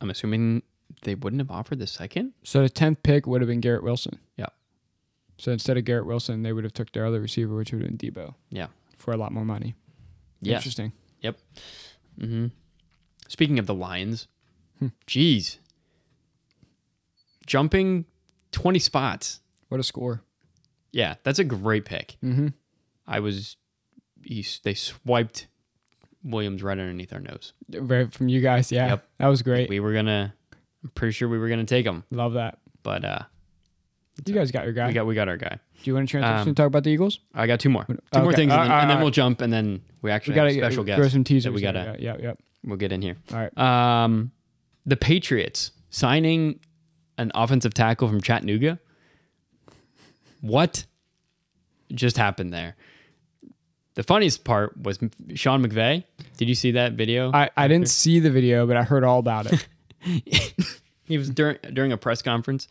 Speaker 2: I'm assuming they wouldn't have offered the second.
Speaker 1: So the tenth pick would have been Garrett Wilson.
Speaker 2: Yeah.
Speaker 1: So instead of Garrett Wilson, they would have took their other receiver, which would have been Debo.
Speaker 2: Yeah.
Speaker 1: For a lot more money.
Speaker 2: Yeah.
Speaker 1: Interesting.
Speaker 2: Yep. hmm Speaking of the Lions,
Speaker 1: Hmm.
Speaker 2: jeez, jumping twenty spots.
Speaker 1: What a score.
Speaker 2: Yeah, that's a great pick.
Speaker 1: Mm-hmm.
Speaker 2: I was, he, they swiped Williams right underneath our nose.
Speaker 1: Right from you guys, yeah.
Speaker 2: Yep.
Speaker 1: That was great.
Speaker 2: We were gonna, I'm pretty sure we were gonna take him,
Speaker 1: Love that.
Speaker 2: but uh,
Speaker 1: You guys got your guy.
Speaker 2: we got we got our guy.
Speaker 1: Do you want to transition
Speaker 2: Um,
Speaker 1: and talk about the Eagles?
Speaker 2: I got two more, two more
Speaker 1: Okay.
Speaker 2: things,
Speaker 1: Uh,
Speaker 2: and then,
Speaker 1: uh,
Speaker 2: and then
Speaker 1: uh,
Speaker 2: we'll jump, and then we
Speaker 1: We
Speaker 2: actually
Speaker 1: got
Speaker 2: have a special
Speaker 1: throw
Speaker 2: guest.
Speaker 1: some teasers.
Speaker 2: we
Speaker 1: there.
Speaker 2: gotta-
Speaker 1: Yeah, yeah, yeah.
Speaker 2: We'll get in here.
Speaker 1: All right.
Speaker 2: Um, the Patriots signing an offensive tackle from Chattanooga. What just happened there? The funniest part was Sean McVay. Did you see that video?
Speaker 1: I, I didn't see the video, but I heard all about
Speaker 2: Uh,
Speaker 1: it.
Speaker 2: he was during during a press conference,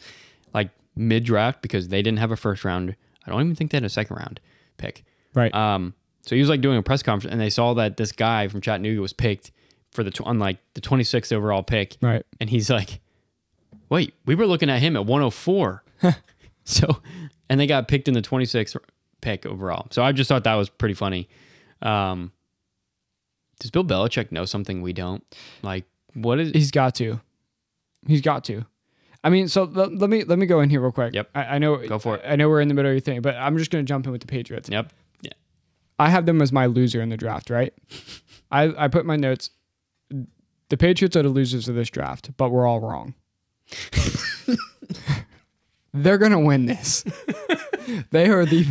Speaker 2: like mid draft, because they didn't have a first round. I don't even think they had a second round pick.
Speaker 1: right.
Speaker 2: Um, so he was like doing a press conference, and they saw that this guy from Chattanooga was picked for the tw- on like the 26th overall pick,
Speaker 1: right.
Speaker 2: and he's like, "Wait, we were looking at him at 104." so, and they got picked in the 26th pick overall. So I just thought that was pretty funny. Um, does Bill Belichick know something we don't? Like, what is?
Speaker 1: He's got to. He's got to. I mean, so let, let me let me go in here real quick.
Speaker 2: Yep.
Speaker 1: I, I know.
Speaker 2: Go for it.
Speaker 1: I know we're in the middle of your thing, but I'm just going to jump in with the Patriots.
Speaker 2: Yep. Yeah.
Speaker 1: I have them as my loser in the draft, right? I, I put my notes. The Patriots are the losers of this draft, but we're all wrong. They're gonna win this. they are the.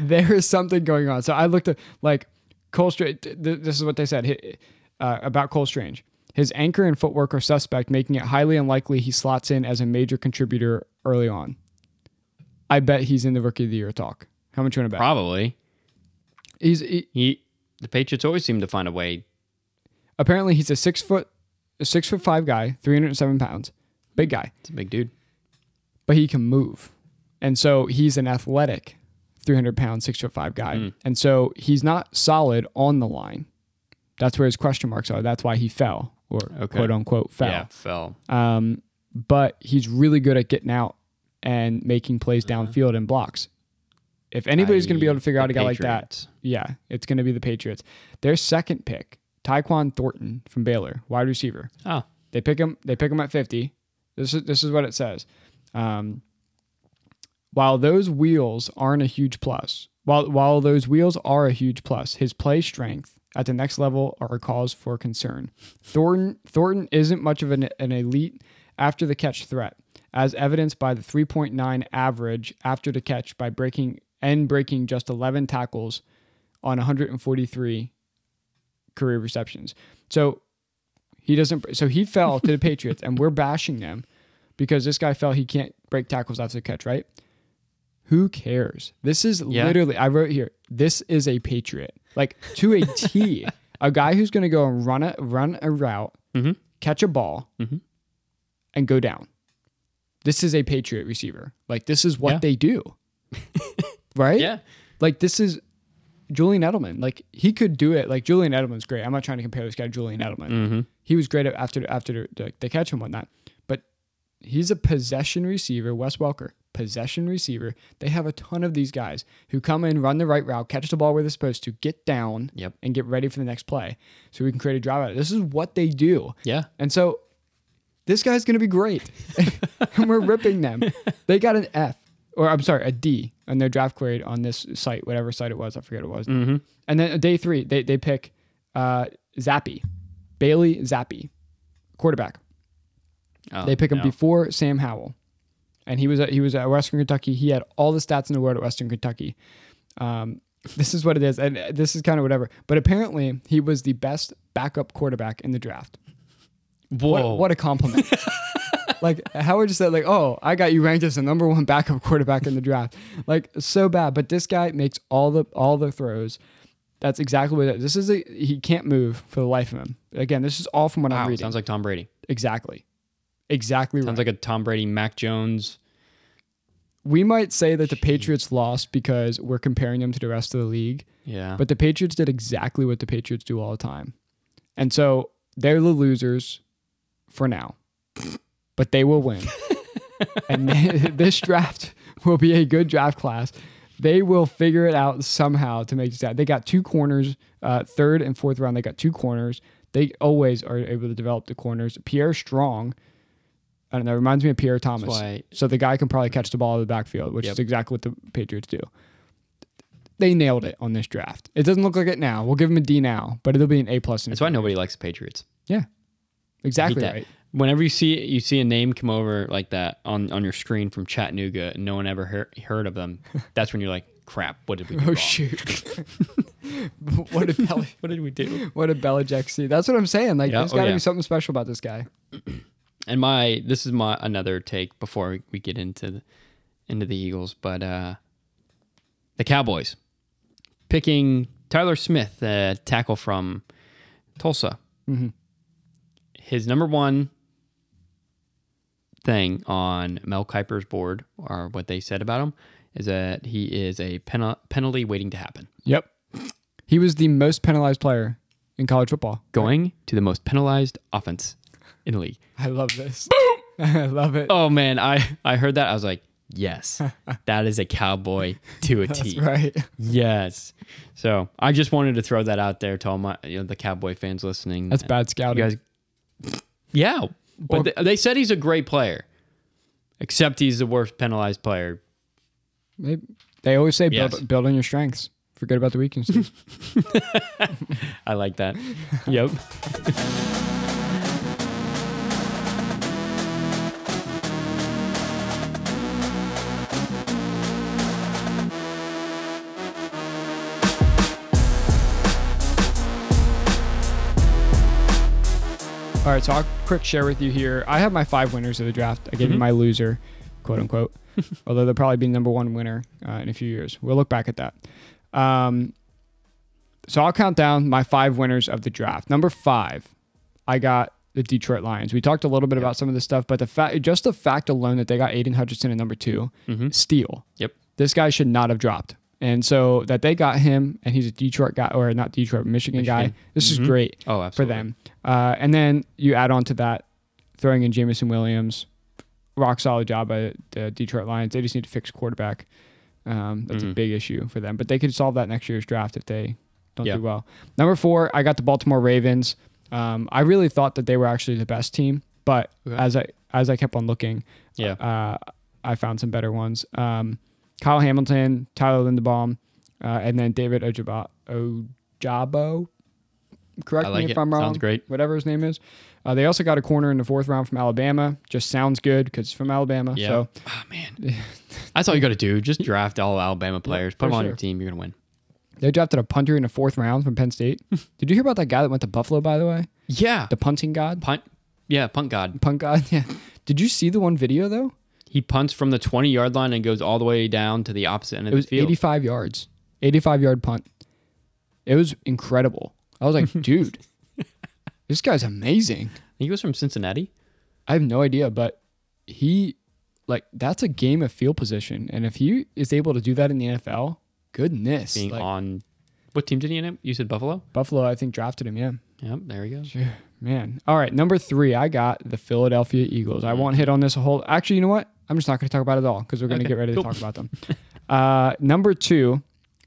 Speaker 1: there is something going on. So I looked at like Cole Strange. Th- th- this is what they said hi- uh, about Cole Strange. His anchor and footwork are suspect, making it highly unlikely he slots in as a major contributor early on. I bet he's in the rookie of the year talk. How much you want to bet?
Speaker 2: Probably.
Speaker 1: He's he,
Speaker 2: He. The Patriots always seem to find a way.
Speaker 1: apparently he's a six foot, a six foot five guy, three hundred and seven pounds, big guy,
Speaker 2: It's a big dude.
Speaker 1: but he can move, and so he's an athletic, three hundred pound, six foot five guy,
Speaker 2: Hmm.
Speaker 1: and so he's not solid on the line. That's where his question marks are. That's why he fell or
Speaker 2: Okay.
Speaker 1: quote unquote fell.
Speaker 2: Yeah. Fell.
Speaker 1: Um, but he's really good at getting out and making plays downfield and blocks. If anybody's going to be
Speaker 2: Uh-huh. I-
Speaker 1: able to figure out a
Speaker 2: the
Speaker 1: guy like that,
Speaker 2: Patriots.
Speaker 1: yeah, it's going to be the Patriots. Their second pick, Tyquan Thornton from Baylor, wide receiver.
Speaker 2: Oh.
Speaker 1: They pick him. They pick him at fifty. This is this is what it says. Um, while those wheels aren't a huge plus, while while those wheels are a huge plus, his play strength at the next level are a cause for concern. Thornton Thornton isn't much of an, an elite after the catch threat, as evidenced by the 3.9 average after the catch by breaking and breaking just 11 tackles on 143 career receptions. So he doesn't. So he fell to the Patriots, and we're bashing them because this guy fell. He can't break tackles after the catch, right? Who cares? This is
Speaker 2: Yeah.
Speaker 1: literally. I wrote here. This is a Patriot, like to a T. A guy who's going to go and run a run a route,
Speaker 2: Mhm.
Speaker 1: catch a ball,
Speaker 2: Mhm.
Speaker 1: and go down. This is a Patriot receiver. Like this is what
Speaker 2: Yeah.
Speaker 1: they do, right?
Speaker 2: Yeah.
Speaker 1: Like this is Julian Edelman. Like he could do it. Like Julian Edelman's great. I'm not trying to compare this guy to Julian Edelman. He was great after after the, the catch and whatnot. But he's a possession receiver. Wes Welker, possession receiver. They have a ton of these guys who come in, run the right route, catch the ball where they're supposed to, get down,
Speaker 2: Yep.
Speaker 1: and get ready for the next play, so we can create a drive out. of it. This is what they do.
Speaker 2: Yeah.
Speaker 1: And so this guy's going to be great. and we're ripping them. They got an F, or I'm sorry, a D on their draft grade on this site, whatever site it was. I forget what it was. And then uh, day three, they, they pick uh, Zappy, Bailey Zappy, quarterback.
Speaker 2: Oh,
Speaker 1: They pick him
Speaker 2: no.
Speaker 1: before Sam Howell, and he was at, he was at Western Kentucky. He had all the stats in the world at Western Kentucky. Um, this is what it is, and uh, this is kind of whatever. But apparently, he was the best backup quarterback in the draft.
Speaker 2: Whoa.
Speaker 1: What, what a compliment. like Howard just said, like, oh, I got you ranked as the number one backup quarterback in the draft. Like so bad. But this guy makes all the all the throws. That's exactly what it is. This is a he can't move for the life of him. Again, this is all from what I'm
Speaker 2: Wow,
Speaker 1: reading.
Speaker 2: sounds like Tom Brady.
Speaker 1: exactly. Exactly
Speaker 2: Sounds
Speaker 1: right.
Speaker 2: like a Tom Brady, Mac Jones.
Speaker 1: we might say that the Patriots lost because we're comparing them to the rest of the league,
Speaker 2: Yeah.
Speaker 1: but the Patriots did exactly what the Patriots do all the time. And so they're the losers for now, but they will win. and this draft will be a good draft class. They will figure it out somehow to make that. They got two corners, uh, third and fourth round. They got two corners. They always are able to develop the corners. Pierre Strong, I don't know, reminds me of Pierre Thomas.
Speaker 2: why-
Speaker 1: So the guy can probably catch the ball out of the backfield, which is
Speaker 2: Yep.
Speaker 1: exactly what the Patriots do. They nailed it on this draft. It doesn't look like it now. We'll give him a D now, but it'll be an A plus. in a
Speaker 2: that's
Speaker 1: few
Speaker 2: why
Speaker 1: years.
Speaker 2: nobody likes the Patriots.
Speaker 1: Yeah,
Speaker 2: Hate
Speaker 1: exactly
Speaker 2: that.
Speaker 1: right.
Speaker 2: Whenever you see you see a name come over like that on, on your screen from Chattanooga and no one ever hear, heard of them, that's when you're like, crap, what did we do?
Speaker 1: Oh
Speaker 2: wrong?
Speaker 1: shoot! what did Bel-
Speaker 2: What did we do?
Speaker 1: what did Belichick see? That's what I'm saying. Like,
Speaker 2: Yeah,
Speaker 1: there's
Speaker 2: oh,
Speaker 1: got to
Speaker 2: yeah.
Speaker 1: be something special about this guy.
Speaker 2: And my this is my another take before we get into the, into the Eagles, but uh, the Cowboys picking Tyler Smith, uh, tackle from Tulsa. His number one thing on Mel Kiper's board, or what they said about him, is that he is a penal- penalty waiting to happen.
Speaker 1: Yep. He was the most penalized player in college football.
Speaker 2: Going to the most penalized offense in the league.
Speaker 1: I love this. I love it.
Speaker 2: Oh man, I I heard that. I was like, yes, that is a cowboy to a T.
Speaker 1: Right.
Speaker 2: Yes. So I just wanted to throw that out there to all my you know, the cowboy fans listening.
Speaker 1: That's bad
Speaker 2: You
Speaker 1: scouting.
Speaker 2: guys, yeah, but
Speaker 1: Or-
Speaker 2: they, they said he's a great player, except he's the worst penalized player.
Speaker 1: They, they always say
Speaker 2: Yes.
Speaker 1: build, build on your strengths. Forget about the weaknesses.
Speaker 2: I like that. yep.
Speaker 1: All right, so I'll quick share with you here. I have my five winners of the draft. I gave
Speaker 2: Mm-hmm.
Speaker 1: you my loser, quote unquote, although they'll probably be number one winner uh, in a few years. We'll look back at that. Um, so I'll count down my five winners of the draft. Number five, I got the Detroit Lions. We talked a little bit about some of this stuff, but the fact, just the fact alone that they got Aiden Hutchinson at number 2
Speaker 2: Mm-hmm.
Speaker 1: steal.
Speaker 2: Yep.
Speaker 1: This guy should not have dropped. And so that they got him, and he's a Detroit guy, or not Detroit, but Michigan, guy.
Speaker 2: Michigan.
Speaker 1: This is great
Speaker 2: Oh,
Speaker 1: for
Speaker 2: absolutely.
Speaker 1: them. Uh, and then you add on to that, throwing in Jamison Williams, rock solid job by the Detroit Lions. They just need to fix quarterback. Um, that's a
Speaker 2: Mhm.
Speaker 1: big issue for them, but they could solve that next year's draft if they don't
Speaker 2: Yeah.
Speaker 1: do well. Number four, I got the Baltimore Ravens. Um, I really thought that they were actually the best team, but
Speaker 2: Okay.
Speaker 1: as I as I kept on looking,
Speaker 2: Yeah.
Speaker 1: uh, I found some better ones. Um, Kyle Hamilton, Tyler Lindebaum, uh, and then David Ojabo. Ojabo? Correct
Speaker 2: I like
Speaker 1: me if
Speaker 2: it.
Speaker 1: I'm wrong.
Speaker 2: Sounds great.
Speaker 1: Whatever his name is. Uh, they also got a corner in the fourth round from Alabama. Just sounds good because from Alabama.
Speaker 2: Yeah.
Speaker 1: So
Speaker 2: oh man, that's all you got to do. Just draft all Alabama players. Put
Speaker 1: for
Speaker 2: them on your
Speaker 1: sure.
Speaker 2: team. You're gonna win.
Speaker 1: they drafted a punter in the fourth round from Penn State. Did you hear about that guy that went to Buffalo, by the way?
Speaker 2: Yeah.
Speaker 1: The punting god?
Speaker 2: punt. Yeah, punt god.
Speaker 1: Punt god? Yeah. Did you see the one video, though?
Speaker 2: He punts from the 20 yard line and goes all the way down to the opposite end of
Speaker 1: It was
Speaker 2: the field.
Speaker 1: 85 yards, 85 yard punt. It was incredible. I was like, dude, this guy's amazing.
Speaker 2: I think he was from Cincinnati.
Speaker 1: I have no idea, but he, like, that's a game of field position. And if he is able to do that in the NFL, goodness.
Speaker 2: Being
Speaker 1: like,
Speaker 2: on what team did he end up? You said Buffalo?
Speaker 1: Buffalo, I think, drafted him. Yeah.
Speaker 2: Yep, there he goes.
Speaker 1: Sure. Man. All right. Number three, I got the Philadelphia Eagles.
Speaker 2: Mm.
Speaker 1: I won't hit on this a whole. Actually, you know what? I'm just not going to talk about it at all because we're going to
Speaker 2: Okay,
Speaker 1: get ready
Speaker 2: cool.
Speaker 1: to talk about them. uh, number two,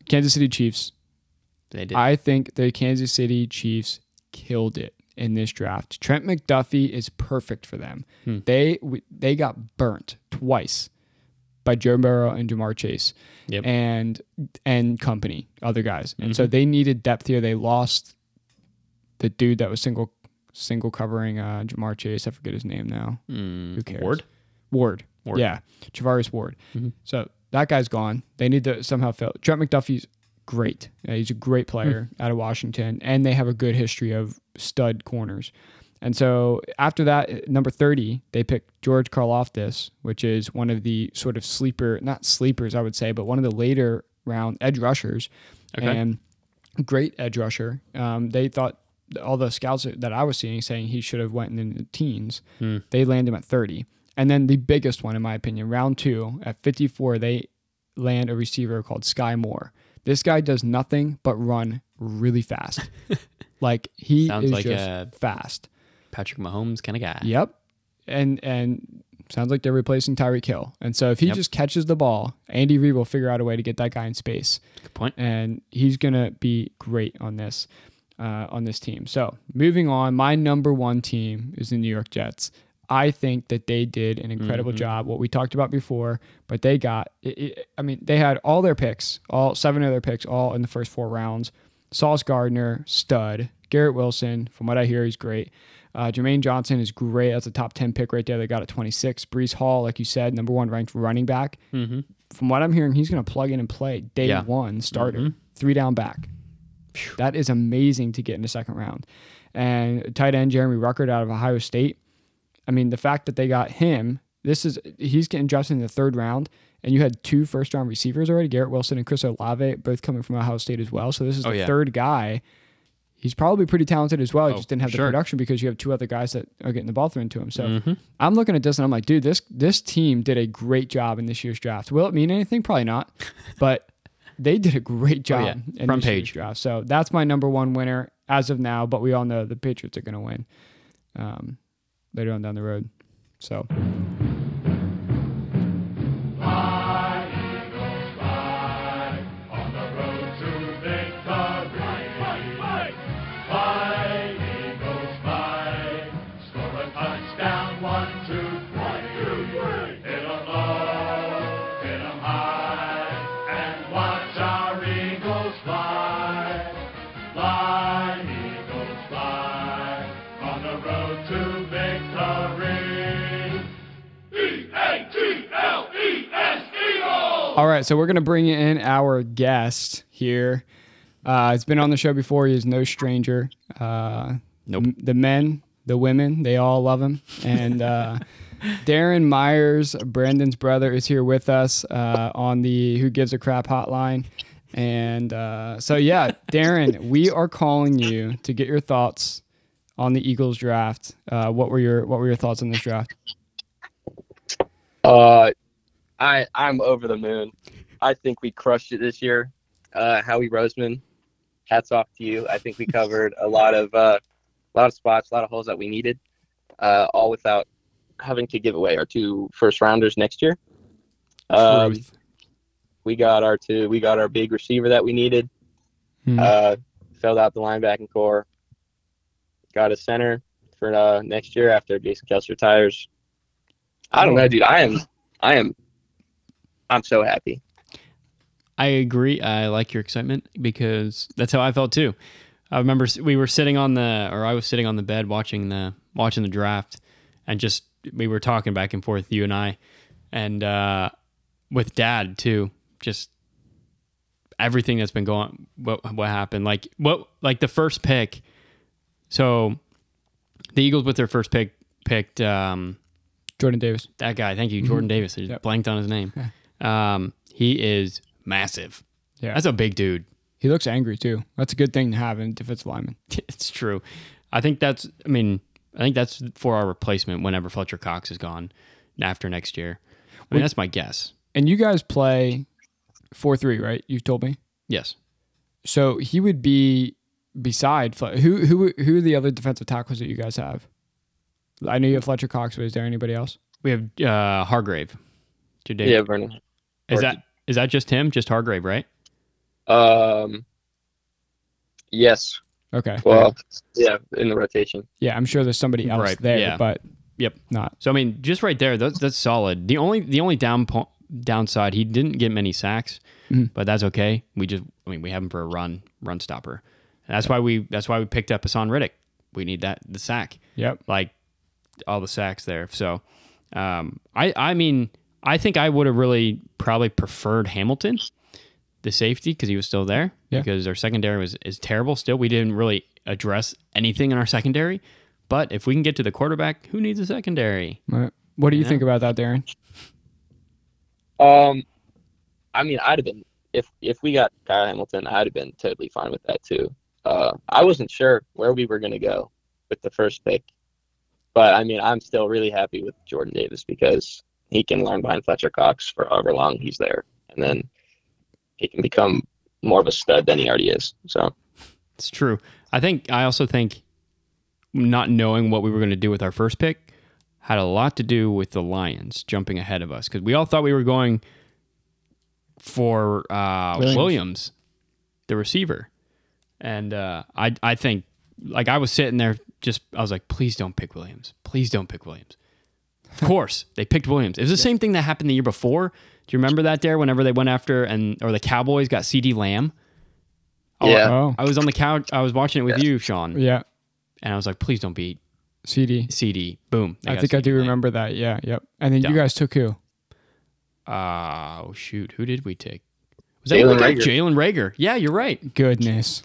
Speaker 1: Kansas City Chiefs.
Speaker 2: They did.
Speaker 1: I think the Kansas City Chiefs killed it in this draft. Trent McDuffie is perfect for them.
Speaker 2: Hmm.
Speaker 1: They we, they got burnt twice by Joe Burrow and Jamar Chase
Speaker 2: Yep. Mm-hmm.
Speaker 1: and and company, other guys. And so they needed depth here. They lost the dude that was single single covering uh, Jamar Chase. I forget his name now.
Speaker 2: Mm,
Speaker 1: Who cares?
Speaker 2: Ward?
Speaker 1: Ward.
Speaker 2: Ward. Mm-hmm.
Speaker 1: Yeah. Travaris Ward. So that guy's gone. They need to somehow fill. Trent McDuffie's great. Uh, he's a great
Speaker 2: Hmm.
Speaker 1: player out of Washington, and they have a good history of stud corners. And so after that, at number 30, they picked George Karloftis, which is one of the sort of sleeper, not sleepers, I would say, but one of the later round edge rushers.
Speaker 2: Okay.
Speaker 1: And great edge rusher. Um, they thought
Speaker 2: Hmm.
Speaker 1: all the scouts that I was seeing saying he should have went in the teens. They land him at 30. And then the biggest one, in my opinion, round two at 54, they land a receiver called Sky Moore. This guy does nothing but run really fast. like he
Speaker 2: Sounds
Speaker 1: is
Speaker 2: like
Speaker 1: just
Speaker 2: a-
Speaker 1: fast.
Speaker 2: Patrick Mahomes kind of guy.
Speaker 1: Yep. And and sounds like they're replacing Tyreek Hill. And so if he
Speaker 2: Yep.
Speaker 1: just catches the ball, Andy Reid will figure out a way to get that guy in space.
Speaker 2: Good point.
Speaker 1: And he's gonna be great on this. Uh, on this team. So moving on, my number one team is the New York Jets. I think that they did an incredible job. What we talked about before, but they got. It, it, I mean, they had all their picks, all seven of their picks, all in the first four rounds. Sauce Gardner, stud. Garrett Wilson, from what I hear, he's great. Uh, Jermaine Johnson is great. That's a top ten pick right there. They got at twenty six. Brees Hall, like you said, number one ranked running back.
Speaker 2: Mhm.
Speaker 1: From what I'm hearing, he's going to plug in and play day
Speaker 2: Yeah. Mm-hmm.
Speaker 1: one starter, three down back. That is amazing to get in the second round. And tight end Jeremy Ruckert out of Ohio State. I mean, the fact that they got him, this is he's getting drafted in the third round, and you had two first round receivers already, Garrett Wilson and Chris Olave, both coming from Ohio State as well. So this is
Speaker 2: Oh,
Speaker 1: the
Speaker 2: yeah.
Speaker 1: third guy. He's probably pretty talented as well. He
Speaker 2: Oh,
Speaker 1: just didn't have
Speaker 2: sure. Mm-hmm.
Speaker 1: the production because you have two other guys that are getting the ball thrown to him. So I'm looking at this and I'm like, dude, this this team did a great job in this year's draft. Will it mean anything? Probably not. But they did a great job
Speaker 2: Oh, yeah.
Speaker 1: in
Speaker 2: Front
Speaker 1: this year's
Speaker 2: page.
Speaker 1: draft. So that's my number one winner as of now. But we all know the Patriots are going to win um, later on down the road. So all right, so we're going to bring in our guest here. Uh, it's been on the show before. He is no stranger. Uh,
Speaker 2: Nope.
Speaker 1: m- the men, the women, they all love him. And uh, Darren Myers, Brandon's brother, is here with us uh, on the Who Gives a Crap hotline. And uh, so, yeah, Darren, we are calling you to get your thoughts on the Eagles draft. Uh, what were your What were your thoughts on this draft?
Speaker 3: Uh, I I'm over the moon. I think we crushed it this year. Uh, Howie Roseman, hats off to you. I think we covered a lot of uh, a lot of spots, a lot of holes that we needed, uh, all without having to give away our two first rounders next year. Um,
Speaker 2: Truth.
Speaker 3: we got our two. We got our big receiver that we needed.
Speaker 1: Hmm.
Speaker 3: Uh, filled out the linebacking core. Got a center for uh, next year after Jason Kelsey retires. I don't know, dude. I am, I am, I'm so happy.
Speaker 2: I agree. I like your excitement because that's how I felt too. I remember s- we were sitting on the, or I was sitting on the bed watching the watching the draft, and just we were talking back and forth, you and I, and uh, with Dad too. Just everything that's been going, what what happened, like what like the first pick. So, the Eagles with their first pick picked um,
Speaker 1: Jordan Davis.
Speaker 2: that guy. Thank you, Jordan Davis. I just
Speaker 1: Yep.
Speaker 2: blanked on his name. Um, he is massive.
Speaker 1: Yeah.
Speaker 2: That's a big dude.
Speaker 1: He looks angry too. That's a good thing to have in a defensive lineman.
Speaker 2: It's true. I think that's. I mean, I think that's for our replacement whenever Fletcher Cox is gone after next year. I mean, that's my guess.
Speaker 1: And you guys play four three, right? You told me.
Speaker 2: Yes.
Speaker 1: So he would be beside Fle- who who who are the other defensive tackles that you guys have? I know you have Fletcher Cox, but is there anybody else?
Speaker 2: We have uh, Hargrave. To David.
Speaker 3: Yeah, Vernon.
Speaker 2: Is that is that just him? Just Hargrave, right?
Speaker 3: Um, yes.
Speaker 1: Okay.
Speaker 3: Well, yeah, in the rotation.
Speaker 1: yeah, I'm sure there's somebody else
Speaker 2: Right,
Speaker 1: there,
Speaker 2: yeah.
Speaker 1: but
Speaker 2: Yep.
Speaker 1: not.
Speaker 2: So I mean, just right there, that's, that's solid. The only the only down po- downside, he didn't get many sacks,
Speaker 1: Mhm.
Speaker 2: but that's okay. We just, I mean, we have him for a run run stopper. And that's why we that's why we picked up Hassan Riddick. We need that the sack,
Speaker 1: Yep.
Speaker 2: like all the sacks there. So, um, I I mean, I think I would have really probably preferred Hamilton, the safety, because he was still there.
Speaker 1: Yeah.
Speaker 2: Because our secondary was is terrible. Still, we didn't really address anything in our secondary. But if we can get to the quarterback, who needs a secondary?
Speaker 1: Right. What do you
Speaker 2: Yeah.
Speaker 1: think about that, Darren?
Speaker 3: Um, I mean, I'd have been if if we got Kyle Hamilton, I'd have been totally fine with that too. Uh, I wasn't sure where we were gonna go with the first pick, But I mean, I'm still really happy with Jordan Davis because he can learn behind Fletcher Cox for however long he's there, and then he can become more of a stud than he already is. So
Speaker 2: It's true. I think I also think not knowing what we were going to do with our first pick had a lot to do with the Lions jumping ahead of us because we all thought we were going for uh, Williams.
Speaker 1: Williams.
Speaker 2: the receiver, and uh, I I think like I was sitting there just I was like, please don't pick Williams, please don't pick Williams. Of course, they picked Williams. It was the same thing that happened the year before. Do you remember that there? Whenever they went after and or the Cowboys got C.D. Lamb. Oh,
Speaker 3: yeah,
Speaker 1: Oh,
Speaker 2: I was on the couch. I was watching it with you, Sean,
Speaker 1: yeah.
Speaker 2: and I was like, "Please don't be
Speaker 1: CD.
Speaker 2: CD." Boom. They
Speaker 1: I
Speaker 2: got
Speaker 1: think I
Speaker 2: CD
Speaker 1: do
Speaker 2: Lamb.
Speaker 1: remember that. Yeah. Yep. And then
Speaker 2: Done.
Speaker 1: you guys took who?
Speaker 2: Ah, Oh shoot, who did we take? Was that
Speaker 3: Jalen
Speaker 2: Jalen Rager?
Speaker 3: Rager.
Speaker 2: Jalen Rager. Yeah, you're right.
Speaker 1: Goodness.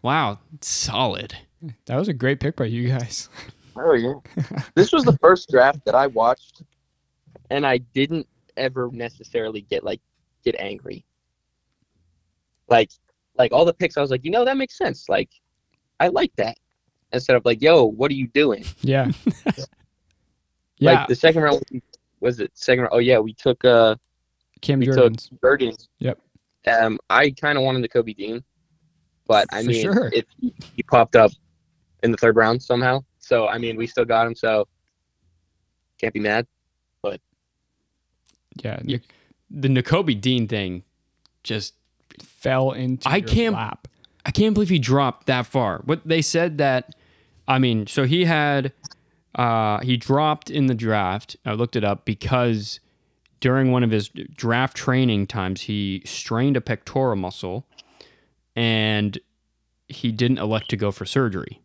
Speaker 2: Wow, solid.
Speaker 1: That was a great pick by you guys.
Speaker 3: Oh yeah. this was the first draft that I watched and I didn't ever necessarily get like get angry. Like like all the picks I was like, you know, that makes sense. Like I like that. Instead of like, yo, what are you doing?
Speaker 1: Yeah. yeah.
Speaker 3: Like the second round was it second round? Oh yeah, we took uh
Speaker 1: Cam
Speaker 3: we
Speaker 1: Jordan's.
Speaker 3: took Jurgens.
Speaker 1: Yep.
Speaker 3: Um I kinda wanted the Kobe Dean. But I
Speaker 1: For
Speaker 3: mean
Speaker 1: sure.
Speaker 3: if he he popped up in the third round somehow. So I mean we still got him, so can't be mad.
Speaker 1: yeah.
Speaker 2: Yeah.
Speaker 1: Nick
Speaker 2: The Nicobe Dean thing, just
Speaker 1: fell into
Speaker 2: I
Speaker 1: your
Speaker 2: can't-
Speaker 1: lap.
Speaker 2: I can't believe he dropped that far. What they said that, I mean, so he had, uh, he dropped in the draft. I looked it up because during one of his draft training times, he strained a pectoral muscle, and he didn't elect to go for surgery.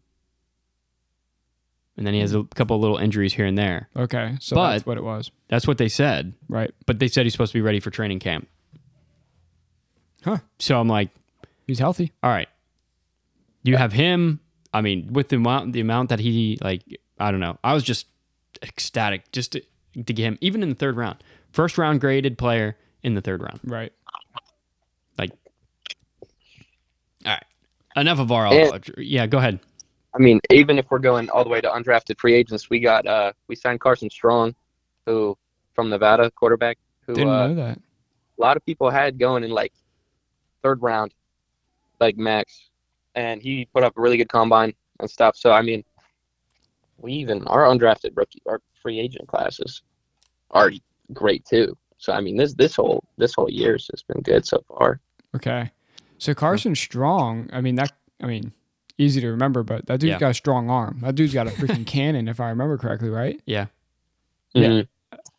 Speaker 2: And then he has a couple little injuries here and there.
Speaker 1: Okay. So
Speaker 2: But-
Speaker 1: that's what it was.
Speaker 2: That's what they said.
Speaker 1: Right.
Speaker 2: But they said he's supposed to be ready for training camp.
Speaker 1: Huh.
Speaker 2: So I'm like,
Speaker 1: He's healthy.
Speaker 2: all right. You have him. I mean, with the amount the amount that he like, I don't know. I was just ecstatic just to, to get him, even in the third round, first round graded player in the third round.
Speaker 1: Right.
Speaker 2: All right, enough of our
Speaker 3: Yeah.
Speaker 2: yeah. Go ahead.
Speaker 3: I mean, even if we're going all the way to undrafted free agents, we got uh we signed Carson Strong, who from Nevada quarterback, who
Speaker 1: Didn't
Speaker 3: uh,
Speaker 1: know that.
Speaker 3: a lot of people had going in like third round, like max, and he put up a really good combine and stuff. So I mean, we even our undrafted rookie, our free agent classes are great too. So I mean, this this whole this whole year's has been good so far.
Speaker 1: Okay. So Carson Strong, I mean that I mean easy to remember, but that dude's
Speaker 2: Yeah.
Speaker 1: got a strong arm. That dude's got a freaking cannon if I remember correctly, right?
Speaker 2: Yeah,
Speaker 1: Yeah.
Speaker 3: Mhm.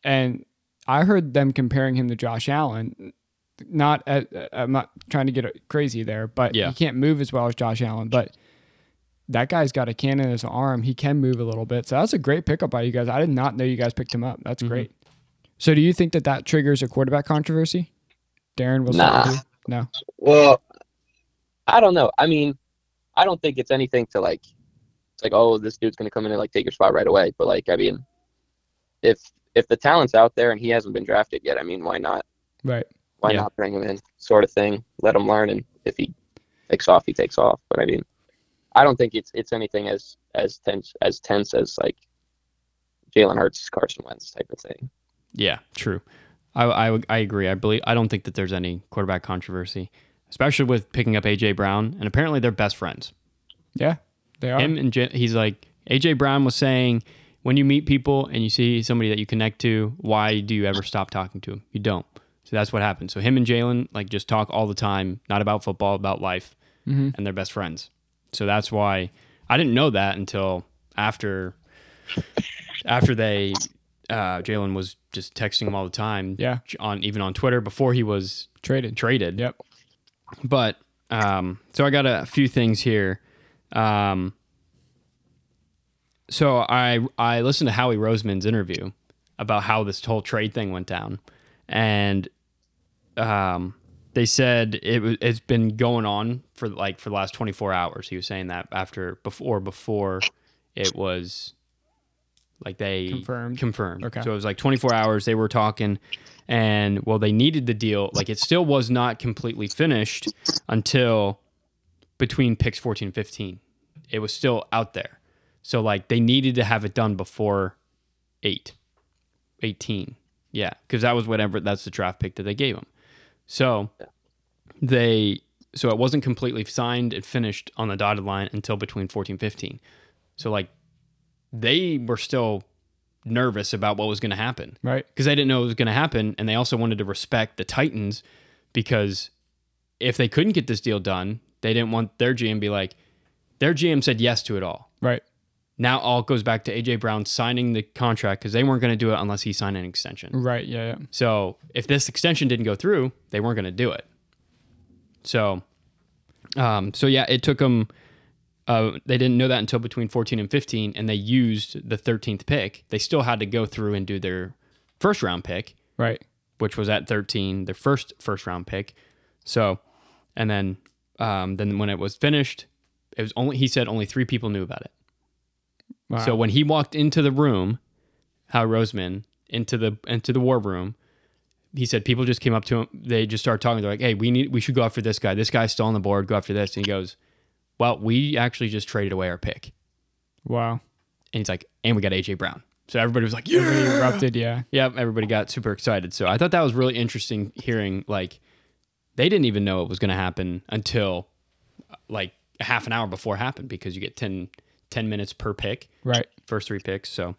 Speaker 1: And I heard them comparing him to Josh Allen. Not at, I'm not trying to get crazy there, but
Speaker 2: Yeah.
Speaker 1: he can't move as well as Josh Allen, but that guy's got a cannon in his arm. He can move a little bit. So that's a great pickup by you guys. I did not know you guys picked him up. That's
Speaker 2: Mhm.
Speaker 1: great. So do you think that that triggers a quarterback controversy? Darren will
Speaker 3: Nah.
Speaker 1: No.
Speaker 3: Well, I don't know. I mean, I don't think it's anything to like, it's like, oh, this dude's gonna come in and like take your spot right away. But like, I mean, if if the talent's out there and he hasn't been drafted yet, I mean, why not?
Speaker 1: Right.
Speaker 3: Why
Speaker 2: Yeah.
Speaker 3: not bring him in, sort of thing? Let him learn, and if he takes off, he takes off. But I mean, I don't think it's it's anything as as tense as tense as like Jalen Hurts, Carson Wentz type of thing.
Speaker 2: yeah, true. I, I I agree. I believe I don't think that there's any quarterback controversy, especially with picking up AJ Brown, and apparently they're best friends.
Speaker 1: Yeah. They are.
Speaker 2: him and J- he's like AJ Brown was saying when you meet people and you see somebody that you connect to, why do you ever stop talking to them? You don't. So that's what happened. So him and Jalen like just talk all the time, not about football, about life,
Speaker 1: Mhm.
Speaker 2: and they're best friends. So that's why I didn't know that until after after they uh, Jalen was just texting him all the time.
Speaker 1: Yeah.
Speaker 2: On even on Twitter before he was
Speaker 1: Traded.
Speaker 2: traded.
Speaker 1: Yep.
Speaker 2: But um, so I got a few things here. Um, so I I listened to Howie Roseman's interview about how this whole trade thing went down, and um, they said it was it's been going on for like for the last 24 hours. He was saying that after before before it was like they
Speaker 1: Confirmed.
Speaker 2: confirmed.
Speaker 1: Okay.
Speaker 2: So it was like 24 hours they were talking and well they needed the deal like it still was not completely finished until between picks 14 and 15. It was still out there. So like they needed to have it done before eight, 18. Yeah, because that was whatever that's the draft pick that they gave him. So they so it wasn't completely signed and finished on the dotted line until between 14 15. So like they were still nervous about what was going to happen
Speaker 1: right?
Speaker 2: because they didn't know it was going to happen and they also wanted to respect the Titans because if they couldn't get this deal done, they didn't want their GM to be like their GM said yes to it all.
Speaker 1: Right.
Speaker 2: Now all goes back to AJ Brown signing the contract because they weren't going to do it unless he signed an extension.
Speaker 1: Right. Yeah. yeah.
Speaker 2: So if this extension didn't go through, they weren't going to do it. So, um, so yeah, it took them. Uh, they didn't know that until between 14 and 15, and they used the 13th pick. They still had to go through and do their first round pick,
Speaker 1: Right.
Speaker 2: which was at 13, their first first round pick. So, and then um, then when it was finished, it was only he said only three people knew about it.
Speaker 1: Wow.
Speaker 2: So when he walked into the room, how Roseman into the into the war room, he said people just came up to him. They just started talking. They're like, "Hey, we need we should go after this guy. This guy's still on the board. Go after this." And he goes, "Well, we actually just traded away our pick."
Speaker 1: wow.
Speaker 2: And he's like, "And we got AJ Brown." So everybody was like, "Yeah!"
Speaker 1: Everybody erupted. Yeah.
Speaker 2: Yep, everybody got super excited. So I thought that was really interesting hearing like they didn't even know it was going to happen until uh, like a half an hour before it happened because you get 10, 10 minutes per pick,
Speaker 1: Right.
Speaker 2: first three picks. So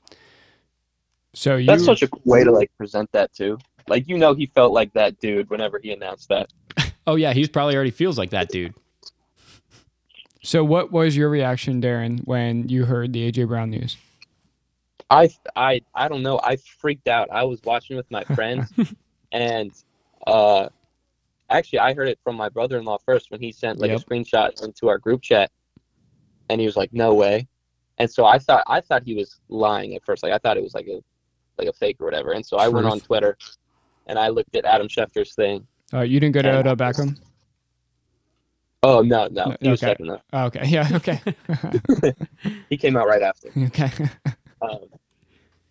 Speaker 1: So you.
Speaker 3: That's such a cool way to like present that too. Like you know, he felt like that dude whenever he announced that.
Speaker 2: Oh yeah, he's probably already feels like that dude.
Speaker 1: so what was your reaction, Darren, when you heard the AJ Brown news?
Speaker 3: I I I don't know. I freaked out. I was watching with my friends, and uh, actually, I heard it from my brother-in-law first when he sent like
Speaker 2: Yep.
Speaker 3: a screenshot into our group chat, and he was like, "No way," and so I thought I thought he was lying at first. Like I thought it was like a like a fake or whatever. And so I went
Speaker 2: Truth.
Speaker 3: on Twitter, and I looked at Adam Schefter's thing.
Speaker 1: Uh, you didn't go to
Speaker 3: Yeah.
Speaker 1: Odell Beckham.
Speaker 3: Oh no, no,
Speaker 1: No,
Speaker 3: he was
Speaker 1: okay.
Speaker 3: second though.
Speaker 1: Oh, okay. Yeah. Okay.
Speaker 3: He came out right after.
Speaker 1: okay.
Speaker 3: Um,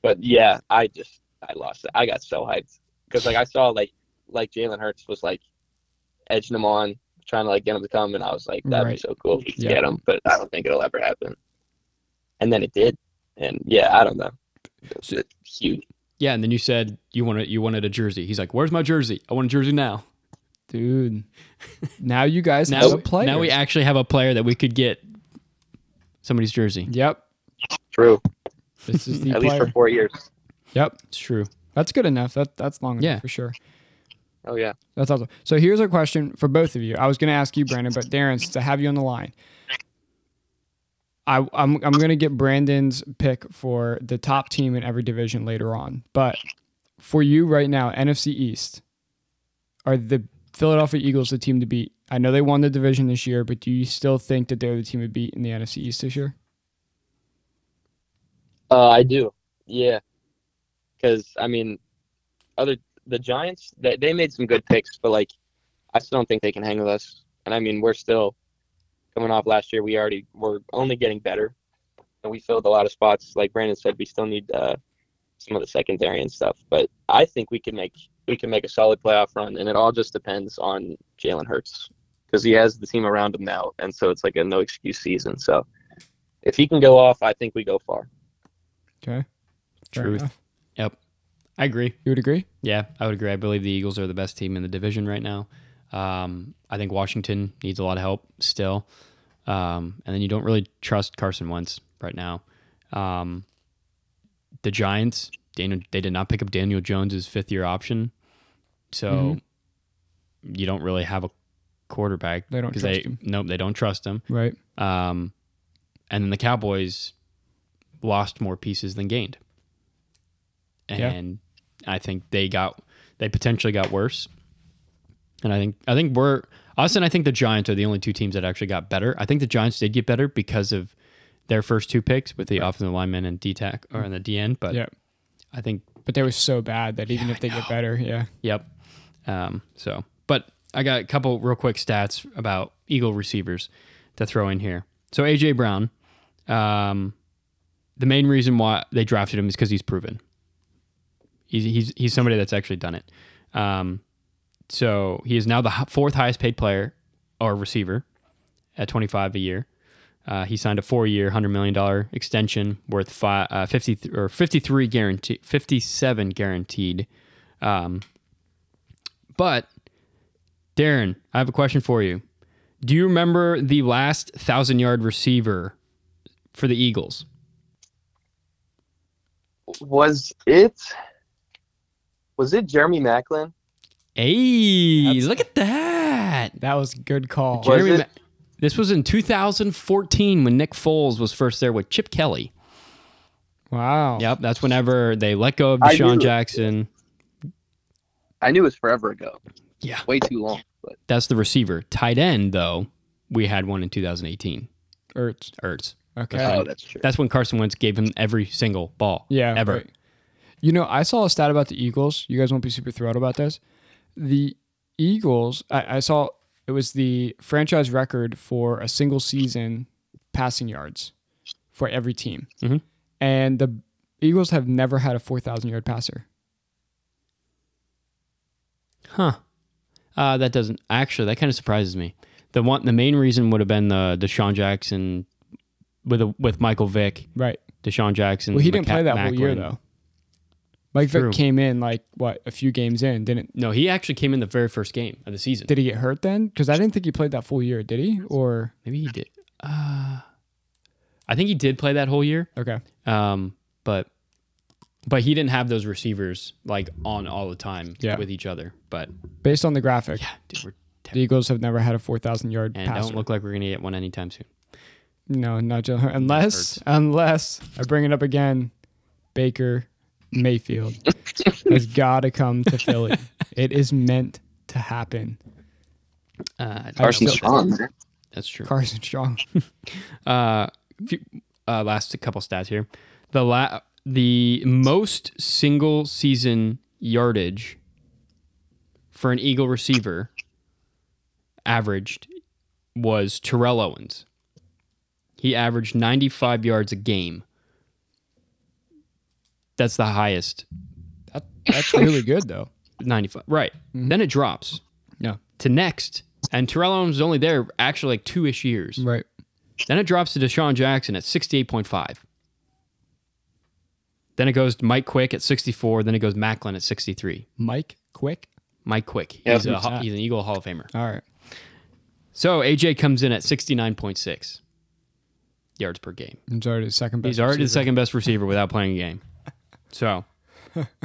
Speaker 3: but yeah, I just I lost it. I got so hyped because like I saw like like Jalen Hurts was like edging him on, trying to like get him to come, and I was like, that'd
Speaker 1: Right.
Speaker 3: be so cool if we could
Speaker 1: Yeah.
Speaker 3: get him. But I don't think it'll ever happen. And then it did, and yeah, I don't know. It's, it's huge.
Speaker 2: Yeah, and then you said you wanted you wanted a jersey. He's like, "Where's my jersey? I want a jersey now."
Speaker 1: Dude. Now you guys
Speaker 2: Now
Speaker 1: have a player.
Speaker 2: now we actually have a player that we could get somebody's jersey.
Speaker 1: Yep.
Speaker 3: True,
Speaker 1: This is the
Speaker 3: at least
Speaker 1: player.
Speaker 3: for four years.
Speaker 1: yep.
Speaker 2: It's true.
Speaker 1: That's good enough. That that's long enough
Speaker 2: Yeah.
Speaker 1: for sure.
Speaker 3: Oh yeah,
Speaker 1: That's awesome. So here's a question for both of you. I was going to ask you, Brandon, but Darren, since I have you on the line, I, I'm I'm going to get Brandon's pick for the top team in every division later on. But for you right now, NFC East, are the Philadelphia Eagles the team to beat? I know they won the division this year, but do you still think that they're the team to beat in the NFC East this year?
Speaker 3: uh, I do. Yeah, because I mean, other the Giants they, they made some good picks, but like I still don't think they can hang with us. And I mean, we're still coming off last year. We already we're only getting better, and we filled a lot of spots. Like Brandon said, we still need uh, some of the secondary and stuff. But I think we can make we can make a solid playoff run, and it all just depends on Jalen Hurts because he has the team around him now, and so it's like a no excuse season. So if he can go off, I think we go far.
Speaker 1: Okay. Fair
Speaker 2: Truth.
Speaker 1: enough.
Speaker 2: I agree.
Speaker 1: You would agree?
Speaker 2: Yeah, I would agree. I believe the Eagles are the best team in the division right now. Um, I think Washington needs a lot of help still. Um, and then you don't really trust Carson Wentz right now. Um, the Giants, Daniel, they did not pick up Daniel Jones's fifth year option. So
Speaker 1: Mhm.
Speaker 2: you don't really have a quarterback.
Speaker 1: Mm-hmm. They don't
Speaker 2: 'cause
Speaker 1: trust him.
Speaker 2: Nope, they don't trust him.
Speaker 1: Right.
Speaker 2: Um, and then the Cowboys lost more pieces than gained.
Speaker 1: Yeah.
Speaker 2: And I think they got they potentially got worse. And I think I think we're us and I think the Giants are the only two teams that actually got better. I think the Giants did get better because of their first two picks with the offensive lineman and D tack or on the D end. But
Speaker 1: Mm-hmm. Yeah.
Speaker 2: I think
Speaker 1: But they were so bad that even
Speaker 2: Yeah,
Speaker 1: if
Speaker 2: I
Speaker 1: they
Speaker 2: know.
Speaker 1: get better, yeah.
Speaker 2: Yep. Um, so, but I got a couple real quick stats about Eagle receivers to throw in here. So AJ Brown, um, the main reason why they drafted him is because he's proven. He's, he's he's somebody that's actually done it. Um, so he is now the h- fourth highest paid player or receiver at 25 a year. Uh, he signed a four-year, hundred million dollar extension worth five, uh, fifty or fifty-three guaranteed, fifty-seven guaranteed. Um, but Darren, I have a question for you. Do you remember the last thousand-yard receiver for the Eagles?
Speaker 3: Was it was it Jeremy Macklin?
Speaker 2: Hey, look at that!
Speaker 1: That was a good call.
Speaker 3: Was
Speaker 2: Jeremy
Speaker 3: it?
Speaker 2: Ma- this was in 2014 when Nick Foles was first there with Chip Kelly.
Speaker 1: Wow.
Speaker 2: Yep, that's whenever they let go of
Speaker 3: Oh. I
Speaker 2: Deshaun
Speaker 3: knew it.
Speaker 2: Jackson.
Speaker 3: I knew it was forever ago.
Speaker 2: Yeah. Uh,
Speaker 3: Way too long. But
Speaker 2: That's the receiver. Tight end, though, we had one in 2018.
Speaker 1: Ertz.
Speaker 2: Ertz.
Speaker 1: Okay.
Speaker 3: oh, that's true.
Speaker 2: That's when Carson Wentz gave him every single ball.
Speaker 1: Yeah.
Speaker 2: Ever.
Speaker 1: right. You know, I saw a stat about the Eagles. You guys won't be super thrilled about this. The Eagles, I, I saw it was the franchise record for a single season passing yards for every team.
Speaker 2: Mhm.
Speaker 1: And the Eagles have never had a 4,000 yard passer.
Speaker 2: Huh. Uh, that doesn't actually. That kind of surprises me. The one, the main reason would have been the Deshaun Jackson with a, with Michael Vick,
Speaker 1: Right.
Speaker 2: Deshaun Jackson.
Speaker 1: Well, he didn't
Speaker 2: Maca-
Speaker 1: play that whole year,
Speaker 2: Macklin.
Speaker 1: though. Mike
Speaker 2: Mm-hmm. True.
Speaker 1: Vick came in like, what, a few games in, didn't
Speaker 2: No, he actually came in the very first game of the season.
Speaker 1: Did he get hurt then? Because I didn't think he played that full year, did he? Or
Speaker 2: Maybe he did. Uh, I think he did play that whole year,
Speaker 1: okay,
Speaker 2: um, but but he didn't have those receivers like on all the time
Speaker 1: Yeah.
Speaker 2: with each other. But
Speaker 1: based on the graphic,
Speaker 2: yeah, dude, we're
Speaker 1: the Eagles have never had a four thousand yard
Speaker 2: and
Speaker 1: passer.
Speaker 2: don't look like we're gonna get one anytime soon.
Speaker 1: no, not Jalen Hurts. Unless, unless I bring it up again, Baker Mayfield has got to come to Philly. It is meant to happen.
Speaker 2: Uh,
Speaker 1: Carson
Speaker 3: Carson
Speaker 1: still-
Speaker 3: Strong.
Speaker 2: that's true.
Speaker 1: Carson Strong.
Speaker 2: Uh, few, uh, last couple stats here. The la- the most single season yardage for an Eagle receiver averaged was Terrell Owens. He averaged 95 yards a game. That's the highest.
Speaker 1: That, that's really good though.
Speaker 2: 95. Right. Then it drops.
Speaker 1: Yeah.
Speaker 2: To next. And Terrell Owens was only there actually like two ish years.
Speaker 1: Right.
Speaker 2: Then it drops to Deshaun Jackson at 68.5. Then it goes to Mike Quick at 64. Then it goes Macklin at 63.
Speaker 1: Mike Quick.
Speaker 2: Mike Quick.
Speaker 3: Yeah,
Speaker 2: He's, a,
Speaker 1: who's
Speaker 2: ho-
Speaker 1: that?
Speaker 2: he's an Eagle Hall of Famer.
Speaker 1: All right.
Speaker 2: So AJ comes in at 69.6 yards per game.
Speaker 1: He's already the second best.
Speaker 2: He's already the
Speaker 1: receiver.
Speaker 2: second best receiver without playing a game. So,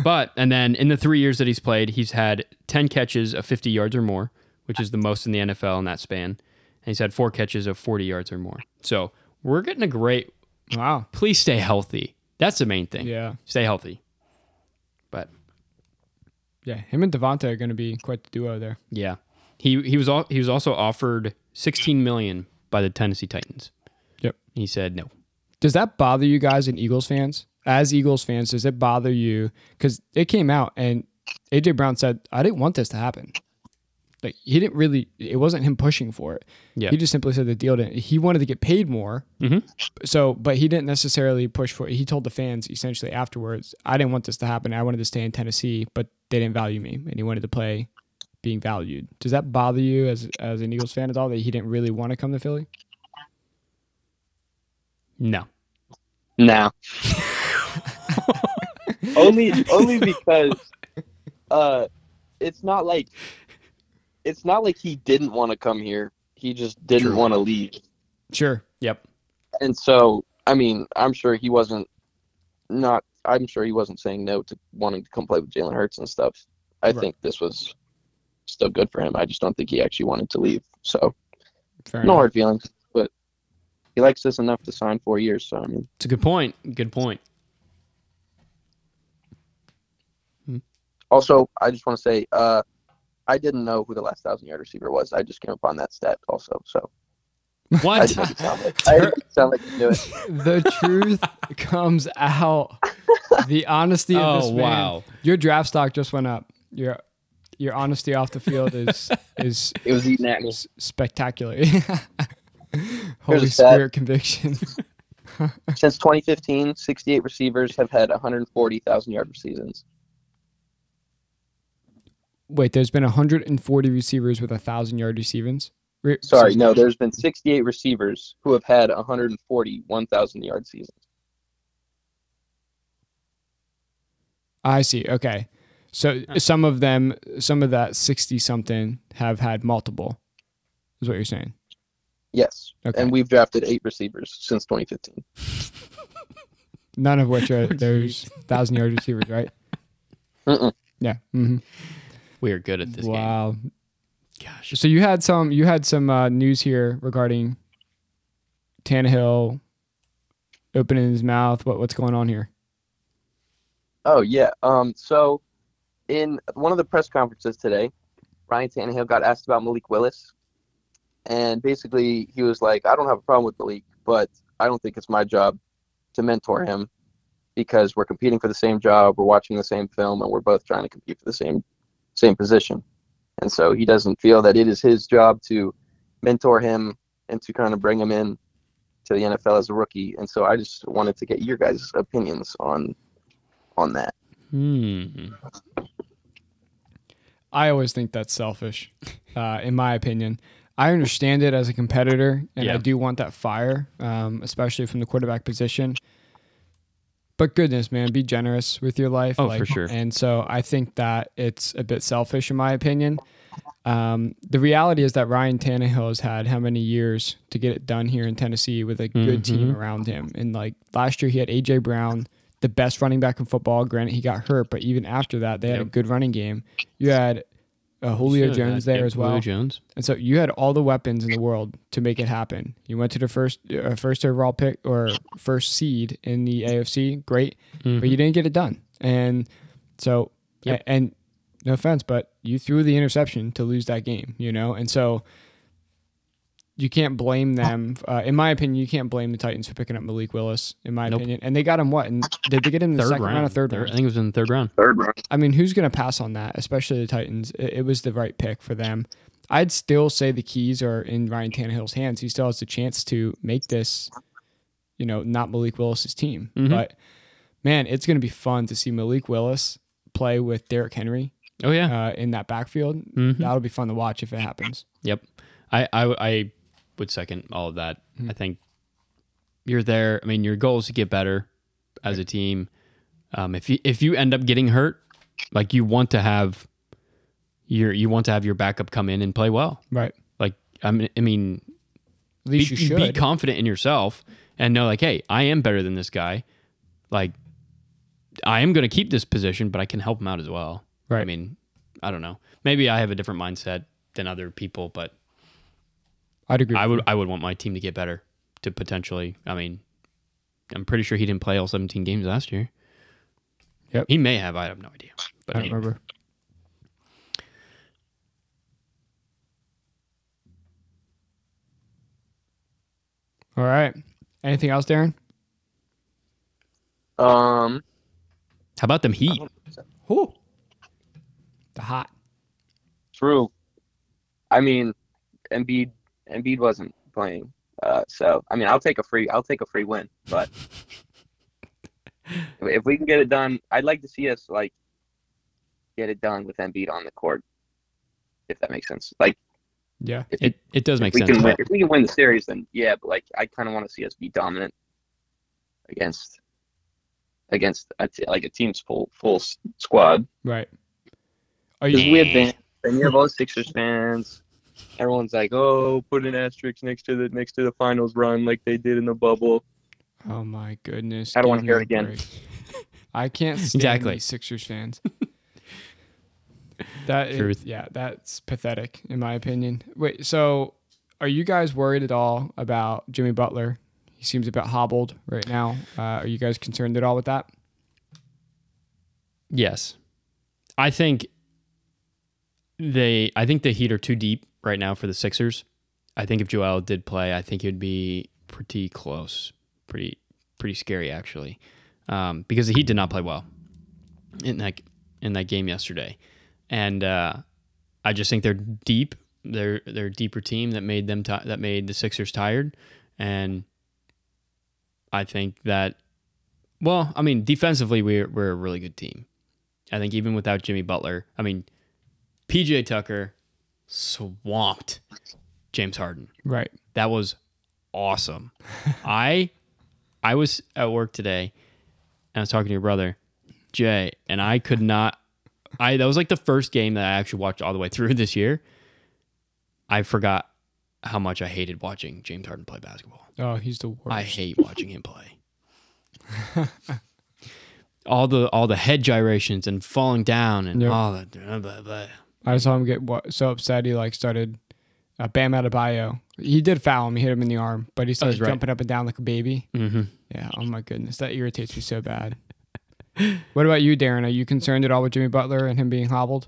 Speaker 2: but, and then in the three years that he's played, he's had 10 catches of 50 yards or more, which is the most in the NFL in that span. And he's had four catches of 40 yards or more. So we're getting a great
Speaker 1: Wow.
Speaker 2: please stay healthy. That's the main thing.
Speaker 1: Yeah.
Speaker 2: Stay healthy. But
Speaker 1: Yeah. Him and Devonta are going to be quite the duo there.
Speaker 2: yeah. He he was all, he was also offered 16 million by the Tennessee Titans.
Speaker 1: Yep.
Speaker 2: He said no.
Speaker 1: Does that bother you guys and Eagles fans? As Eagles fans, does it bother you? Because it came out and AJ Brown said, I didn't want this to happen. Like he didn't really it wasn't him pushing for it.
Speaker 2: Yeah.
Speaker 1: He just simply said the deal didn't he wanted to get paid more.
Speaker 2: Mhm.
Speaker 1: So but he didn't necessarily push for it. He told the fans essentially afterwards, I didn't want this to happen. I wanted to stay in Tennessee, but they didn't value me and he wanted to play being valued. Does that bother you as as an Eagles fan at all that he didn't really want to come to Philly?
Speaker 2: No.
Speaker 3: No. only only because uh it's not like it's not like he didn't want to come here. He just didn't
Speaker 2: True.
Speaker 3: want to leave.
Speaker 1: Sure.
Speaker 2: Yep.
Speaker 3: And so, I mean, I'm sure he wasn't not I'm sure he wasn't saying no to wanting to come play with Jalen Hurts and stuff. I
Speaker 1: Right.
Speaker 3: think this was still good for him. I just don't think he actually wanted to leave. So
Speaker 1: Fair
Speaker 3: no
Speaker 1: enough.
Speaker 3: hard feelings, but he likes this enough to sign four years, so I mean
Speaker 2: It's a good point. Good point.
Speaker 3: Also, I just want to say, uh, I didn't know who the last thousand yard receiver was. I just came upon that stat also. So I
Speaker 2: What?
Speaker 3: didn't make it sound like I didn't make it sound like you knew it.
Speaker 1: the truth comes out. The honesty of
Speaker 2: oh
Speaker 1: this man.
Speaker 2: wow.
Speaker 1: Your draft stock just went up. Your your honesty off the field is is
Speaker 3: It was eating at me.
Speaker 1: s- spectacular. Holy
Speaker 3: a stat.
Speaker 1: spirit conviction.
Speaker 3: Since 2015, 68 receivers have had 140,000 yard seasons.
Speaker 1: Wait, there's been 140 receivers with a thousand yard receivings. Re-
Speaker 3: Sorry, no, there's been 68 receivers who have had 140 1,000 yard seasons.
Speaker 1: I see. Okay. So some of them, some of that 60 something have had multiple, is what you're saying.
Speaker 3: Yes.
Speaker 1: Okay.
Speaker 3: And we've drafted eight receivers since 2015.
Speaker 1: None of which are
Speaker 2: Oh,
Speaker 1: those thousand yard receivers, right?
Speaker 3: Mm-mm.
Speaker 1: Yeah. hmm
Speaker 2: We are good at this
Speaker 1: Wow.
Speaker 2: game. Gosh.
Speaker 1: So you had some, you had some uh, news here regarding Tannehill opening his mouth. What what's going on here?
Speaker 3: Oh, yeah. Um, so, in one of the press conferences today, Ryan Tannehill got asked about Malik Willis. And basically, he was like, I don't have a problem with Malik, but I don't think it's my job to mentor him because we're competing for the same job, we're watching the same film, and we're both trying to compete for the same same position. And so he doesn't feel that it is his job to mentor him and to kind of bring him in to the NFL as a rookie. And so I just wanted to get your guys' opinions on on that.
Speaker 2: Hmm.
Speaker 1: I always think that's selfish, uh, in my opinion. I understand it as a competitor, and I
Speaker 2: Yeah.
Speaker 1: do want that fire, um, especially from the quarterback position. But goodness, man, be generous with your life.
Speaker 2: Oh, for sure.
Speaker 1: And so I think that it's a bit selfish, in my opinion. Um, the reality is that Ryan Tannehill has had how many years to get it done here in Tennessee with a good
Speaker 2: Mm-hmm.
Speaker 1: team around him. And like last year, he had AJ Brown, the best running back in football. Granted, he got hurt, but even after that, they had a
Speaker 2: Yep.
Speaker 1: good running game. You had uh, Julio
Speaker 2: Should've
Speaker 1: Jones
Speaker 2: had-
Speaker 1: there
Speaker 2: yeah,
Speaker 1: as well,
Speaker 2: Julio Jones.
Speaker 1: and so you had all the weapons in the world to make it happen. You went to the first uh, first overall pick or first seed in the AFC, great, but you didn't get it done. And so,
Speaker 2: Mm-hmm. Yep.
Speaker 1: a- and no offense, but you threw the interception to lose that game, you know, and so. You can't blame them. Uh, in my opinion, you can't blame the Titans for picking up Malik Willis. In my
Speaker 2: Nope.
Speaker 1: opinion, and they got him what? And did they get him in the
Speaker 2: Third
Speaker 1: second round,
Speaker 2: round.
Speaker 1: or third round?
Speaker 2: I think it was in the third round.
Speaker 3: Third round.
Speaker 1: I mean, who's going to pass on that, especially the Titans? It, it was the right pick for them. I'd still say the keys are in Ryan Tannehill's hands. He still has the chance to make this, you know, not Malik Willis's team.
Speaker 2: Mhm.
Speaker 1: But man, it's going to be fun to see Malik Willis play with Derrick Henry
Speaker 2: Oh yeah.
Speaker 1: uh, in that backfield.
Speaker 2: Mhm.
Speaker 1: That'll be fun to watch if it happens.
Speaker 2: Yep. I, I, I would second all of that.
Speaker 1: Hmm.
Speaker 2: I think you're there. I mean, your goal is to get better as a team. Um, if you if you end up getting hurt, like you want to have your you want to have your backup come in and play well.
Speaker 1: Right.
Speaker 2: Like I mean, I mean,
Speaker 1: At
Speaker 2: be,
Speaker 1: least you should.
Speaker 2: be confident in yourself and know like, hey, I am better than this guy. Like, I am going to keep this position, but I can help him out as well. I
Speaker 1: Right.
Speaker 2: mean, I don't know. Maybe I have a different mindset than other people, but
Speaker 1: I'd agree.
Speaker 2: I
Speaker 1: with
Speaker 2: would I would want my team to get better to potentially. I mean, I'm pretty sure he didn't play all 17 games last year.
Speaker 1: Yep.
Speaker 2: He may have. I have no idea. But
Speaker 1: you. I don't
Speaker 2: anyway.
Speaker 1: remember. All right. Anything else, Darren?
Speaker 3: Um,
Speaker 2: how about them Heat?
Speaker 1: Who? The hot.
Speaker 3: true. I mean, Embiid Embiid wasn't playing, uh, so I mean, I'll take a free I'll take a free win, but if we can get it done, I'd like to see us like get it done with Embiid on the court, if that makes sense. Like,
Speaker 1: Yeah.
Speaker 3: if,
Speaker 2: It it does
Speaker 3: if
Speaker 2: make
Speaker 3: we
Speaker 2: sense.
Speaker 3: can win,
Speaker 2: but
Speaker 3: if we can win the series, then yeah. But like, I kind of want to see us be dominant against against a t- like a team's full full s- squad.
Speaker 1: Right. Are
Speaker 3: Because
Speaker 1: you
Speaker 3: we have fans, and you have all the Sixers fans. Everyone's like, "Oh, put an asterisk next to the next to the finals run, like they did in the bubble."
Speaker 1: Oh my goodness.
Speaker 3: I don't wanna
Speaker 1: give
Speaker 3: hear
Speaker 1: me
Speaker 3: it
Speaker 1: a
Speaker 3: again.
Speaker 1: break. I can't stand
Speaker 2: Exactly.
Speaker 1: these Sixers fans. That is,
Speaker 2: Truth.
Speaker 1: yeah, that's pathetic in my opinion. Wait, so are you guys worried at all about Jimmy Butler? He seems a bit hobbled right now. Uh, are you guys concerned at all with that?
Speaker 2: yes, I think they. I think the Heat are too deep right now for the Sixers. I think if Joel did play, I think it would be pretty close, pretty pretty scary actually, um, because the Heat did not play well in that in that game yesterday, and uh, I just think they're deep. They're they're a deeper team that made them ti that made the Sixers tired, and I think that well, I mean defensively we're we're a really good team. I think even without Jimmy Butler, I mean PJ Tucker swamped James Harden.
Speaker 1: Right.
Speaker 2: That was awesome. I I was at work today and I was talking to your brother, Jay, and I could not I that was like the first game that I actually watched all the way through this year. I forgot how much I hated watching James Harden play basketball.
Speaker 1: Oh, he's the worst.
Speaker 2: I hate watching him play. all the all the head gyrations and falling down and
Speaker 1: Yep.
Speaker 2: all that blah, blah, blah.
Speaker 1: I saw him get what, so upset he like started uh, Bam Adebayo. He did foul him, he hit him in the arm, but he started
Speaker 2: Oh, right.
Speaker 1: jumping up and down like a baby.
Speaker 2: Mhm.
Speaker 1: Yeah. Oh my goodness, that irritates me so bad. what about you, Darren? Are you concerned at all with Jimmy Butler and him being hobbled?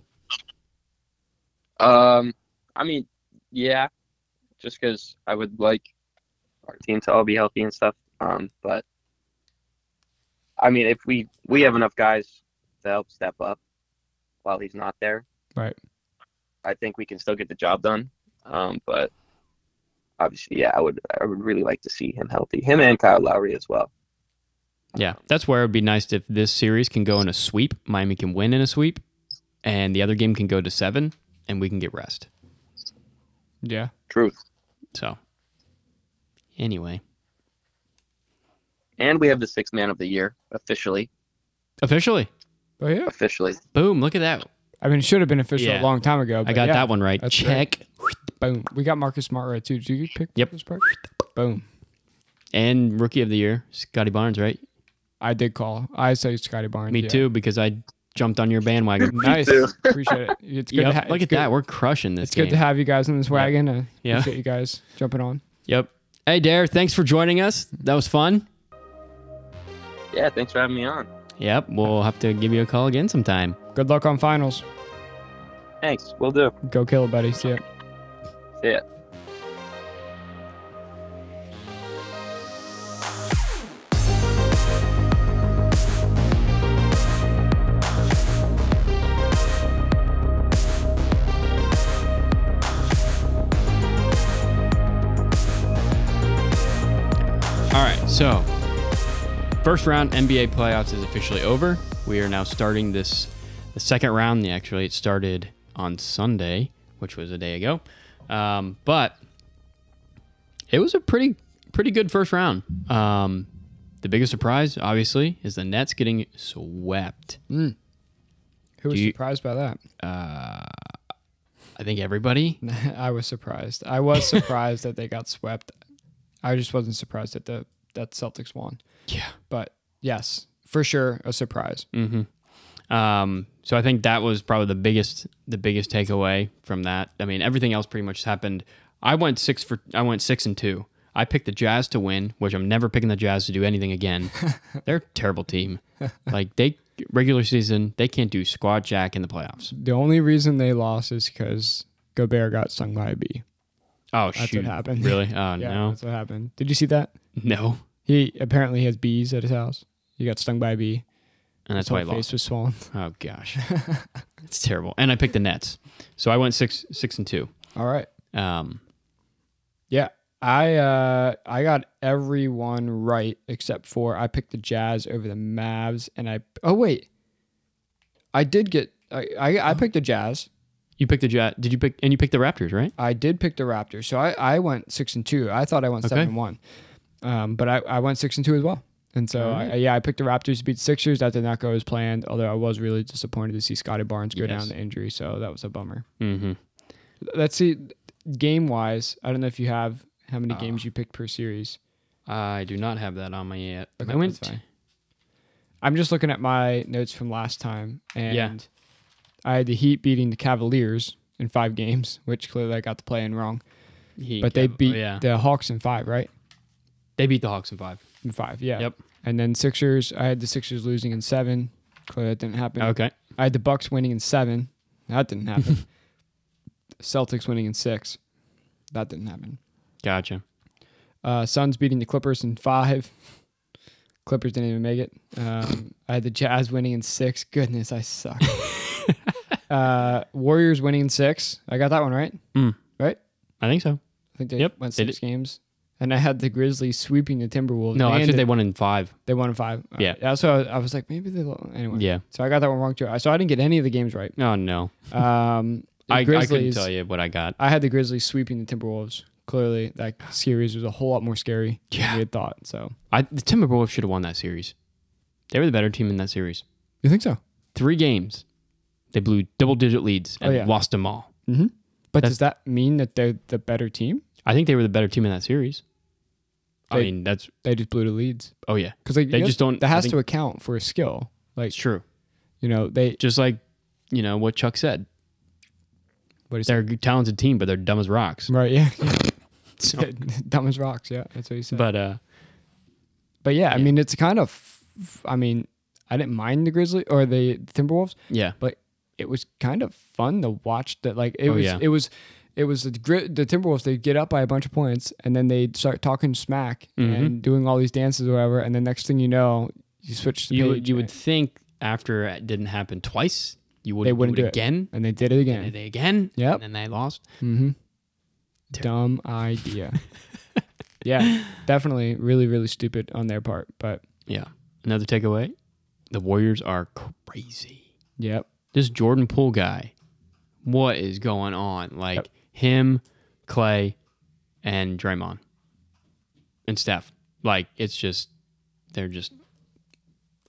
Speaker 3: Um, I mean, yeah, just because I would like our team to all be healthy and stuff. Um, but I mean, if we we have enough guys to help step up while he's not there,
Speaker 1: Right.
Speaker 3: I think we can still get the job done. Um, but obviously, yeah, I would I would really like to see him healthy, him and Kyle Lowry as well.
Speaker 2: Yeah, that's where it would be nice if this series can go in a sweep. Miami can win in a sweep, and the other game can go to seven, and we can get rest.
Speaker 1: Yeah.
Speaker 3: Truth.
Speaker 2: So, anyway,
Speaker 3: And we have the sixth man of the year officially.
Speaker 2: officially,
Speaker 1: But Oh, yeah,
Speaker 3: Officially,
Speaker 2: boom! Look at that.
Speaker 1: I mean, it should have been official a
Speaker 2: Yeah.
Speaker 1: long time ago. But
Speaker 2: I got
Speaker 1: yeah,
Speaker 2: that one right.
Speaker 1: that's
Speaker 2: Check.
Speaker 1: Boom. We got Marcus Smart right too. Did you pick
Speaker 2: Yep.
Speaker 1: Marcus Smart? Boom.
Speaker 2: And rookie of the year, Scotty Barnes, right?
Speaker 1: I did call. I say Scotty Barnes.
Speaker 2: Me
Speaker 1: yeah.
Speaker 2: too, because I jumped on your bandwagon.
Speaker 1: Nice.
Speaker 3: too.
Speaker 1: Appreciate it. It's good.
Speaker 2: Yep,
Speaker 1: to ha-
Speaker 2: look
Speaker 1: it's
Speaker 2: at
Speaker 1: good-
Speaker 2: that. We're crushing this
Speaker 1: It's
Speaker 2: game.
Speaker 1: good to have you guys in this wagon. I
Speaker 2: Yeah.
Speaker 1: appreciate you guys jumping on.
Speaker 2: yep. Hey, Dare, thanks for joining us. That was fun.
Speaker 3: yeah. Thanks for having me on.
Speaker 2: Yep, we'll have to give you a call again sometime.
Speaker 1: Good luck on finals.
Speaker 3: Thanks. We'll do.
Speaker 1: Go kill it, buddy. See ya.
Speaker 3: See ya.
Speaker 2: All right, so first round NBA playoffs is officially over. We are now starting this the second round. Actually, it started on Sunday, which was a day ago, um, but it was a pretty pretty good first round. Um, the biggest surprise, obviously, is the Nets getting swept.
Speaker 1: Who was
Speaker 2: Do you-
Speaker 1: surprised by that?
Speaker 2: I think everybody.
Speaker 1: I was surprised. I was surprised that they got swept. I just wasn't surprised that the that Celtics won.
Speaker 2: Yeah.
Speaker 1: But yes, for sure a surprise.
Speaker 2: Um, so I think that was probably the biggest the biggest takeaway from that. I mean, everything else pretty much happened. I went six for I went six and two. I picked the Jazz to win, which I'm never picking the Jazz to do anything again. They're a terrible team. Like they regular season, they can't do squad jack in the playoffs.
Speaker 1: The only reason they lost is because Gobert got stung by a bee.
Speaker 2: Oh shoot!
Speaker 1: what happened.
Speaker 2: Really? Oh
Speaker 1: Yeah,
Speaker 2: no,
Speaker 1: that's what happened. Did you see that?
Speaker 2: no.
Speaker 1: He apparently has bees at his house. He got stung by a bee.
Speaker 2: And that's
Speaker 1: His
Speaker 2: why I
Speaker 1: whole face
Speaker 2: lost.
Speaker 1: was swollen.
Speaker 2: Oh gosh, it's terrible. And I picked the Nets, so I went six six and two.
Speaker 1: All right.
Speaker 2: Um,
Speaker 1: Yeah. I uh I got everyone right except for I picked the Jazz over the Mavs and I oh wait. I did get I I,
Speaker 2: Uh-huh.
Speaker 1: I picked the Jazz.
Speaker 2: you picked the Jazz. Did you pick? And you picked the Raptors, right?
Speaker 1: I did pick the Raptors. So I, I went six and two. I thought I went seven
Speaker 2: Okay.
Speaker 1: and one. Um but I, I went six and two as well. And so
Speaker 2: All right.
Speaker 1: I, yeah, I picked the Raptors to beat Sixers. That did not go as planned, although I was really disappointed to see Scotty Barnes go
Speaker 2: Yes.
Speaker 1: down to injury, so that was a bummer.
Speaker 2: Mm-hmm.
Speaker 1: Let's see game wise, I don't know if you have how
Speaker 2: Uh.
Speaker 1: many games you picked per series.
Speaker 2: I do not have that on my yet.
Speaker 1: Okay,
Speaker 2: I went.
Speaker 1: that's fine. I'm just looking at my notes from last time, and
Speaker 2: Yeah.
Speaker 1: I had the Heat beating the Cavaliers in five games, which clearly I got the play in wrong.
Speaker 2: he
Speaker 1: But they
Speaker 2: kept-
Speaker 1: beat
Speaker 2: Yeah,
Speaker 1: the Hawks in five, right?
Speaker 2: they beat the Hawks in five.
Speaker 1: In five, yeah.
Speaker 2: Yep.
Speaker 1: And then Sixers, I had the Sixers losing in seven. Clearly that didn't happen.
Speaker 2: Okay.
Speaker 1: I had the Bucks winning in seven. That didn't happen. Celtics winning in six. That didn't happen.
Speaker 2: Gotcha.
Speaker 1: Uh, Suns beating the Clippers in five. Clippers didn't even make it. Um, I had the Jazz winning in six. Goodness, I suck. uh, Warriors winning in six. I got that one right.
Speaker 2: Mm.
Speaker 1: Right?
Speaker 2: I think so.
Speaker 1: I think they
Speaker 2: Yep,
Speaker 1: went
Speaker 2: they
Speaker 1: six games. And I had the Grizzlies sweeping the Timberwolves.
Speaker 2: No,
Speaker 1: and
Speaker 2: actually, they
Speaker 1: they,
Speaker 2: won in five.
Speaker 1: they won in five. Uh,
Speaker 2: Yeah.
Speaker 1: That's why I was, I was like, maybe they. lo- Anyway.
Speaker 2: Yeah.
Speaker 1: So I got that one wrong too. I- So I didn't get any of the games right.
Speaker 2: Oh no.
Speaker 1: Um, the
Speaker 2: I, I couldn't
Speaker 1: Grizzlies.
Speaker 2: tell you what I got.
Speaker 1: I had the Grizzlies sweeping the Timberwolves. Clearly, that series was a whole lot more scary than
Speaker 2: Yeah.
Speaker 1: we had thought. So
Speaker 2: I, the Timberwolves should have won that series. They were the better team in that series.
Speaker 1: you think so?
Speaker 2: Three games, they blew double-digit leads and
Speaker 1: Oh, yeah.
Speaker 2: lost them all.
Speaker 1: But does that mean that they're the better team?
Speaker 2: I think they were the better team in that series. I
Speaker 1: They-
Speaker 2: mean, that's
Speaker 1: They just blew the leads
Speaker 2: oh yeah,
Speaker 1: because like,
Speaker 2: They
Speaker 1: you
Speaker 2: just
Speaker 1: know,
Speaker 2: don't-
Speaker 1: That
Speaker 2: I
Speaker 1: has
Speaker 2: think-
Speaker 1: to account for skill. Like
Speaker 2: it's true.
Speaker 1: you know, they
Speaker 2: Just like you know what Chuck said.
Speaker 1: what is
Speaker 2: They're a talented team, but they're dumb as rocks.
Speaker 1: right? Yeah,
Speaker 2: So-
Speaker 1: dumb as rocks. Yeah, that's what he said.
Speaker 2: but uh,
Speaker 1: But yeah, I mean, it's kind of, I mean, I didn't mind the Grizzlies or the Timberwolves,
Speaker 2: yeah,
Speaker 1: but it was kind of fun to watch that. Like it
Speaker 2: Oh,
Speaker 1: was,
Speaker 2: yeah.
Speaker 1: it was, it was the, Gri- the Timberwolves. They get up by a bunch of points, and then they start talking smack
Speaker 2: Mm-hmm.
Speaker 1: and doing all these dances or whatever. And the next thing you know, you switch the
Speaker 2: you would-
Speaker 1: page
Speaker 2: you would think after it didn't happen twice, you would
Speaker 1: They
Speaker 2: you
Speaker 1: wouldn't
Speaker 2: would
Speaker 1: do it.
Speaker 2: again.
Speaker 1: and they did it
Speaker 2: And
Speaker 1: again.
Speaker 2: they again.
Speaker 1: Yep.
Speaker 2: And then they lost.
Speaker 1: Mm-hmm. Dumb idea. yeah, definitely, really, really stupid on their part. But
Speaker 2: Yeah. Another takeaway: the Warriors are crazy.
Speaker 1: yep,
Speaker 2: This Jordan Poole guy, what is going on? Like him, Clay, and Draymond, and Steph. Like it's just they're just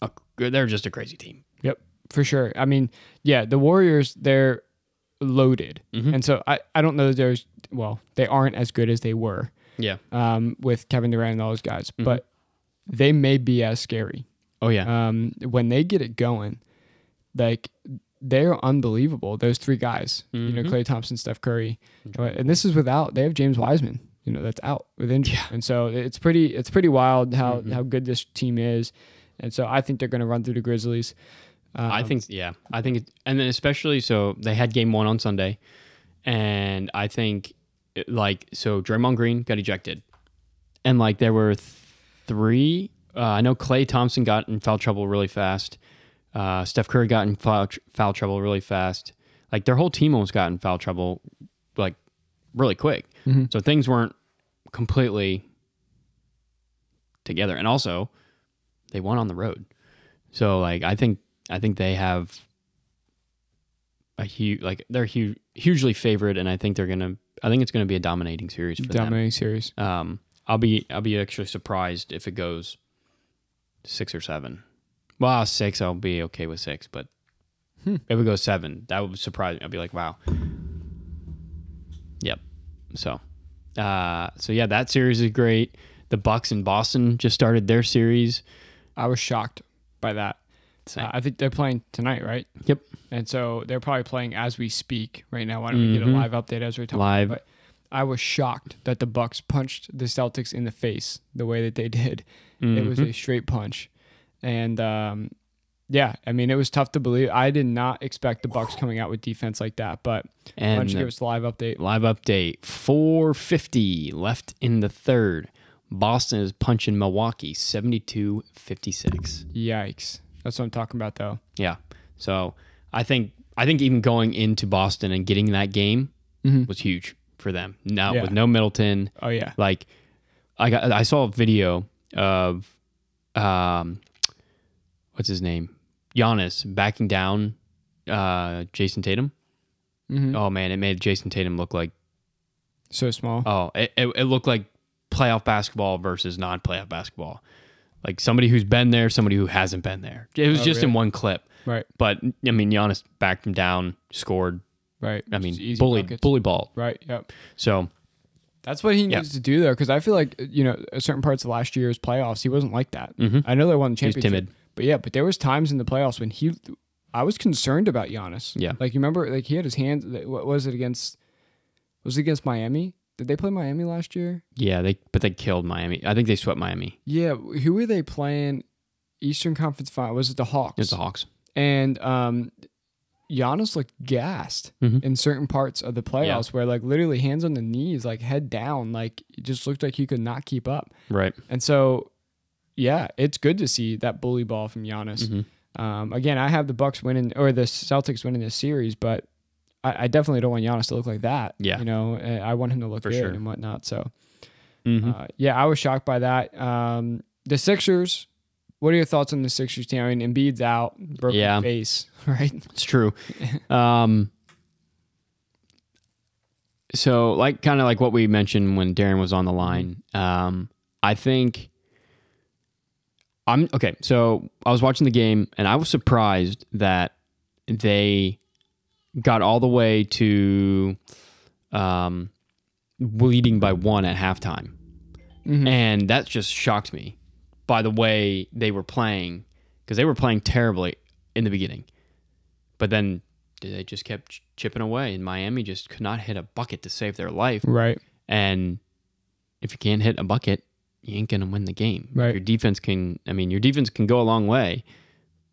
Speaker 2: a, they're just a crazy team.
Speaker 1: Yep, for sure. I mean, yeah, the Warriors, they're loaded. And so I, I don't know that there's, well, they aren't as good as they were
Speaker 2: Yeah.
Speaker 1: um, with Kevin Durant and all those guys, but they may be as scary.
Speaker 2: Oh yeah.
Speaker 1: Um, when they get it going, like, they're unbelievable. Those three guys, you
Speaker 2: Mm-hmm.
Speaker 1: know, Clay Thompson, Steph Curry, and this is without they have James Wiseman, you know, that's out with injury, and so it's pretty it's pretty wild how
Speaker 2: Mm-hmm.
Speaker 1: how good this team is, and so I think they're going to run through the Grizzlies.
Speaker 2: I think yeah, I think it, and then especially so they had game one on Sunday, and I think it- like so Draymond Green got ejected, and like there were th- three. Uh, I know Clay Thompson got in foul trouble really fast. Uh, Steph Curry got in foul, tr- foul trouble really fast. Like their whole team almost got in foul trouble, like really quick. So things weren't completely together. And also, they won on the road. So like I think I think they have a huge like they're huge hugely favored, and I think they're gonna I think it's gonna be a dominating series for
Speaker 1: dominating series.
Speaker 2: them. Um, I'll be I'll be actually surprised if it goes six or seven. Well, six I'll be okay with six, but
Speaker 1: Hmm.
Speaker 2: if it goes seven, that would surprise me. I'd be like, wow. Yep. So, uh, so yeah, that series is great. The Bucks in Boston just started their series.
Speaker 1: I was shocked by that.
Speaker 2: Same.
Speaker 1: Uh, I think they're playing tonight, right?
Speaker 2: Yep.
Speaker 1: And so they're probably playing as we speak right now. Why don't we get a
Speaker 2: Mhm.
Speaker 1: live update as we're talking?
Speaker 2: Live.
Speaker 1: But I was shocked that the Bucks punched the Celtics in the face the way that they did. It
Speaker 2: Mm-hmm.
Speaker 1: was a straight punch, and um, yeah, I mean it was tough to believe. I did not expect the Bucks coming out with defense like that. But why
Speaker 2: And uh,
Speaker 1: don't you give
Speaker 2: the-
Speaker 1: us a live update?
Speaker 2: Live update 450 left in the third. Boston is punching Milwaukee 72 56.
Speaker 1: Yikes! That's what I'm talking about, though.
Speaker 2: Yeah. So I think I think even going into Boston and getting that game was huge for them. Now
Speaker 1: Yeah.
Speaker 2: with no Middleton,
Speaker 1: Oh yeah,
Speaker 2: like I got I saw a video of um what's his name? Giannis backing down uh Jason Tatum.
Speaker 1: Mhm.
Speaker 2: Oh man, it made Jason Tatum look like
Speaker 1: so small.
Speaker 2: Oh, it, it, it looked like playoff basketball versus non playoff basketball. Like somebody who's been there, somebody who hasn't been there. It was just in one clip.
Speaker 1: right,
Speaker 2: But I mean, Giannis backed him down, scored.
Speaker 1: right.
Speaker 2: I
Speaker 1: Just
Speaker 2: mean,
Speaker 1: easy
Speaker 2: bullied,
Speaker 1: buckets.
Speaker 2: bully ball.
Speaker 1: Right. Yep.
Speaker 2: So
Speaker 1: That's what he needs to do though, because I feel like you know certain parts of last year's playoffs he wasn't like that. I know they won the
Speaker 2: was
Speaker 1: championship,
Speaker 2: mm-hmm. timid.
Speaker 1: but yeah, but there was times in the playoffs when he, I was concerned about Giannis.
Speaker 2: Yeah.
Speaker 1: like you remember, like he had his hands. What was it against? Was it against Miami? Did they play Miami last year?
Speaker 2: yeah, they but they killed Miami. I think they swept Miami.
Speaker 1: Yeah, who were they playing? Eastern Conference Final was it the Hawks?
Speaker 2: It was the Hawks.
Speaker 1: and um, Giannis looked gassed
Speaker 2: Mm-hmm.
Speaker 1: in certain parts of the playoffs, where like literally hands on the knees, like head down, like it just looked like he could not keep up.
Speaker 2: Right.
Speaker 1: And so, yeah, it's good to see that bully ball from Giannis.
Speaker 2: Mm-hmm.
Speaker 1: Um, again, I have the Bucks winning or the Celtics winning this series, but I, I definitely don't want Giannis to look like that.
Speaker 2: Yeah.
Speaker 1: you know, and I want him to look
Speaker 2: For
Speaker 1: good
Speaker 2: sure.
Speaker 1: and whatnot. So,
Speaker 2: Mhm.
Speaker 1: uh, yeah, I was shocked by that. Um, the Sixers. What are your thoughts on the Sixers team? I mean, Embiid's out, broken
Speaker 2: Yeah.
Speaker 1: face, right?
Speaker 2: It's true. um, so like kind of like what we mentioned when Darren was on the line.
Speaker 1: Mm-hmm.
Speaker 2: Um, I think I'm okay. So I was watching the game and I was surprised that they got all the way to um, leading by one at halftime,
Speaker 1: Mhm.
Speaker 2: and that just shocked me by the way they were playing because they were playing terribly in the beginning, but then they just kept ch- chipping away, and Miami just could not hit a bucket to save their life.
Speaker 1: Right.
Speaker 2: And if you can't hit a bucket, you ain't gonna win the game.
Speaker 1: Right.
Speaker 2: Your defense can. I mean, your defense can go a long way,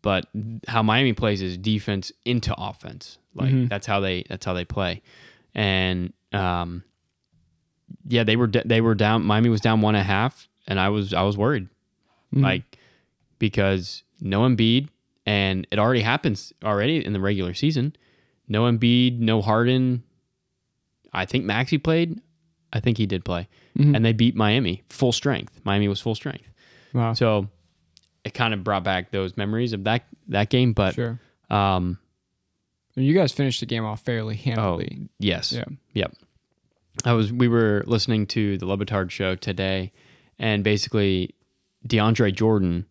Speaker 2: but how Miami plays is defense into offense. Like
Speaker 1: Mhm.
Speaker 2: that's how they that's how they play. And um, yeah, they were d- they were down. Miami was down one and a half, and I was I was worried,
Speaker 1: Mhm.
Speaker 2: like because no Embiid, and it already happens already in the regular season. No Embiid, no Harden. I think Maxi played. I think he did play,
Speaker 1: Mhm.
Speaker 2: and they beat Miami full strength. Miami was full strength,
Speaker 1: wow.
Speaker 2: so it kind of brought back those memories of that that game. But
Speaker 1: sure.
Speaker 2: um,
Speaker 1: And you guys finished the game off fairly
Speaker 2: Oh,
Speaker 1: handily.
Speaker 2: yes,
Speaker 1: Yeah.
Speaker 2: Yep. I was we were listening to the Levitard show today and basically DeAndre Jordan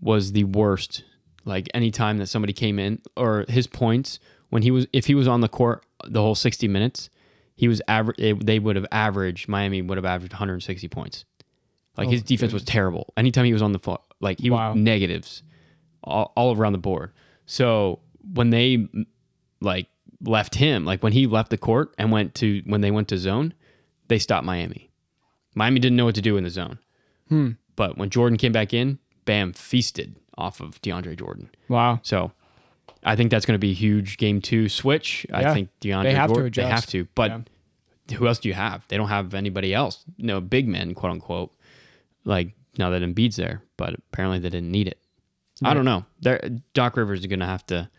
Speaker 2: was the worst like any time that somebody came in or his points when he was if he was on the court the whole 60 minutes he was aver- they- they would have averaged Miami would have averaged 160 points. Like
Speaker 1: Oh,
Speaker 2: his defense was terrible. Anytime he was on the floor, like he
Speaker 1: Wow.
Speaker 2: was negatives all, all around the board. So when they like left him, like when he left the court and went to when they went to zone, they stopped Miami. Miami didn't know what to do in the zone.
Speaker 1: Hmm.
Speaker 2: But when Jordan came back in, bam, feasted off of DeAndre Jordan.
Speaker 1: Wow.
Speaker 2: So I think that's going to be a huge game two switch.
Speaker 1: Yeah.
Speaker 2: I think DeAndre
Speaker 1: They have to
Speaker 2: Jordan, they
Speaker 1: adjust.
Speaker 2: have to, but who else do you have? They don't have anybody else. No big men, quote unquote. Like now that Embiid's there, but apparently they didn't need it. I don't know. There, Doc Rivers is going to have to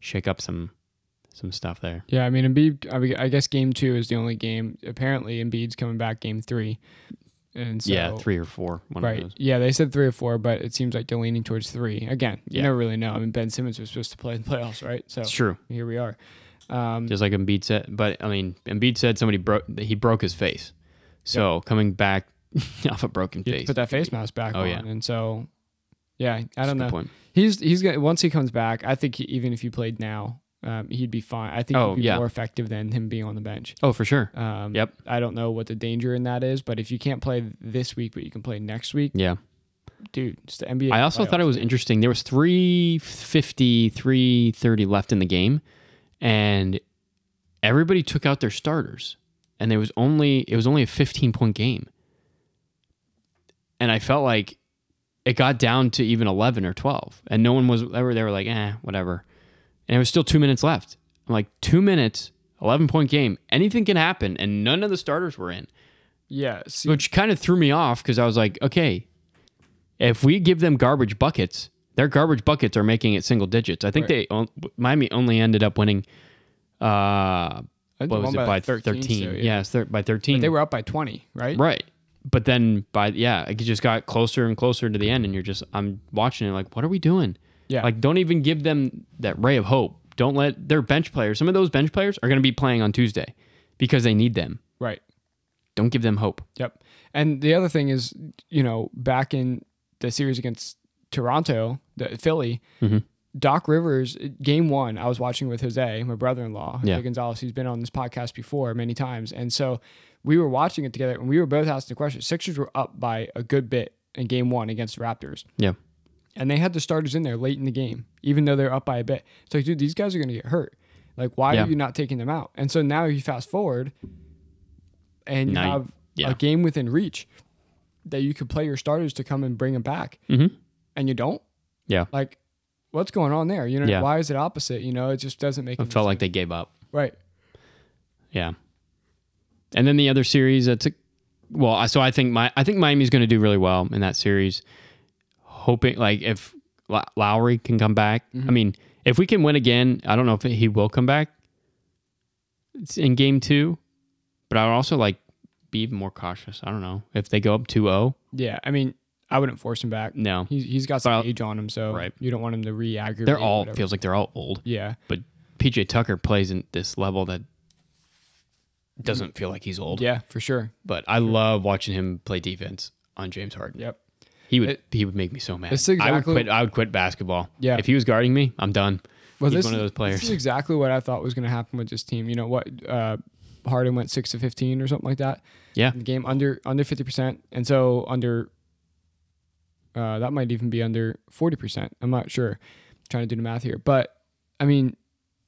Speaker 2: shake up some some stuff there.
Speaker 1: Yeah, I mean, Embiid. I, mean, I guess game two is the only game. Apparently, Embiid's coming back game three, and so
Speaker 2: yeah, three or four. One of
Speaker 1: Right.
Speaker 2: those.
Speaker 1: Yeah, they said three or four, but it seems like they're leaning towards three. Again, you
Speaker 2: Yeah.
Speaker 1: never really know. I mean, Ben Simmons was supposed to play in the playoffs, right? So
Speaker 2: It's true.
Speaker 1: here we are. Um,
Speaker 2: Just like Embiid said, but I mean, Embiid said somebody broke. He broke his face, so coming back off a broken
Speaker 1: you have to
Speaker 2: face.
Speaker 1: put that face mask back
Speaker 2: Oh,
Speaker 1: on,
Speaker 2: yeah.
Speaker 1: and so yeah, I
Speaker 2: That's a
Speaker 1: don't
Speaker 2: good
Speaker 1: know.
Speaker 2: Point.
Speaker 1: He's he's gonna once he comes back. I think he, even if he played now, um, he'd be fine. I think
Speaker 2: Oh,
Speaker 1: he'd be
Speaker 2: yeah.
Speaker 1: more effective than him being on the bench.
Speaker 2: Oh, for sure.
Speaker 1: Um,
Speaker 2: Yep.
Speaker 1: I don't know what the danger in that is, but if you can't play this week, but you can play next week,
Speaker 2: Yeah.
Speaker 1: dude, it's the NBA.
Speaker 2: I also thought it was interesting. There was 350, 330 left in the game, and everybody took out their starters, and there was only it was only a 15 point game, and I felt like it got down to even 11 or 12, and no one was ever. They were like, eh, whatever, and there was still two minutes left. I'm like, two minutes, 11 point game, anything can happen, and none of the starters were in
Speaker 1: yeah. See,
Speaker 2: which kind of threw me off because I was like, okay, if we give them garbage buckets, their garbage buckets are making it single digits. I think they on, Miami only ended up winning. Uh,
Speaker 1: I think they
Speaker 2: what was
Speaker 1: won
Speaker 2: it by thirteen?
Speaker 1: so, yeah.
Speaker 2: Yes, thir- by thirteen.
Speaker 1: they were up by twenty, right?
Speaker 2: right, but then by yeah, it just got closer and closer to the end, and you're just I'm watching it like, what are we doing?
Speaker 1: Yeah.
Speaker 2: Like, don't even give them that ray of hope. Don't let their bench players. Some of those bench players are going to be playing on Tuesday because they need them.
Speaker 1: right.
Speaker 2: Don't give them hope.
Speaker 1: Yep. And the other thing is, you know, back in the series against Toronto, the Philly, Doc Rivers, game one, I was watching with Jose, my brother in law, Jose
Speaker 2: Yeah.
Speaker 1: Gonzalez, who's been on this podcast before many times. And so we were watching it together and we were both asking the question. Sixers were up by a good bit in game one against the Raptors.
Speaker 2: Yeah.
Speaker 1: And they had the starters in there late in the game, even though they're up by a bit. It's like, dude, these guys are going to get hurt. Like, why
Speaker 2: Yeah.
Speaker 1: are you not taking them out? And so now you fast forward and you
Speaker 2: Now you-
Speaker 1: have
Speaker 2: yeah.
Speaker 1: a game within reach that you could play your starters to come and bring them back.
Speaker 2: Mhm.
Speaker 1: And you don't?
Speaker 2: Yeah.
Speaker 1: Like, what's going on there? You know,
Speaker 2: Yeah.
Speaker 1: why is it opposite? You know, it just doesn't make
Speaker 2: It
Speaker 1: any
Speaker 2: felt like
Speaker 1: sense.
Speaker 2: they gave up.
Speaker 1: Right.
Speaker 2: Yeah. And then the other series that's a, well, I- so I think my I think Miami's going to do really well in that series. Hoping like if L- Lowry can come back. I mean, if we can win again, I don't know if he will come back. It's in game 2, but I would also like be even more cautious. I don't know. If they go up 2-0,
Speaker 1: Yeah. I mean, I wouldn't force him back.
Speaker 2: no.
Speaker 1: He's, he's got some
Speaker 2: Well,
Speaker 1: age on him, so
Speaker 2: right.
Speaker 1: you don't want him to re aggravate.
Speaker 2: They're all feels like they're all old,
Speaker 1: Yeah.
Speaker 2: but PJ Tucker plays in this level that doesn't feel like he's old.
Speaker 1: Yeah, for sure.
Speaker 2: But I love watching him play defense on James Harden.
Speaker 1: Yep.
Speaker 2: He would he would make me so mad.
Speaker 1: This is
Speaker 2: I would
Speaker 1: exactly-
Speaker 2: quit I would quit basketball.
Speaker 1: Yeah.
Speaker 2: If he was guarding me, I'm done.
Speaker 1: Well,
Speaker 2: He's
Speaker 1: this,
Speaker 2: one of those players.
Speaker 1: This is exactly what I thought was going to happen with this team. You know what? Uh, Harden went six to fifteen or something like that.
Speaker 2: Yeah.
Speaker 1: in the game under under fifty percent, and so under. Uh, that might even be under forty percent. I'm not sure. trying to do the math here, but I mean,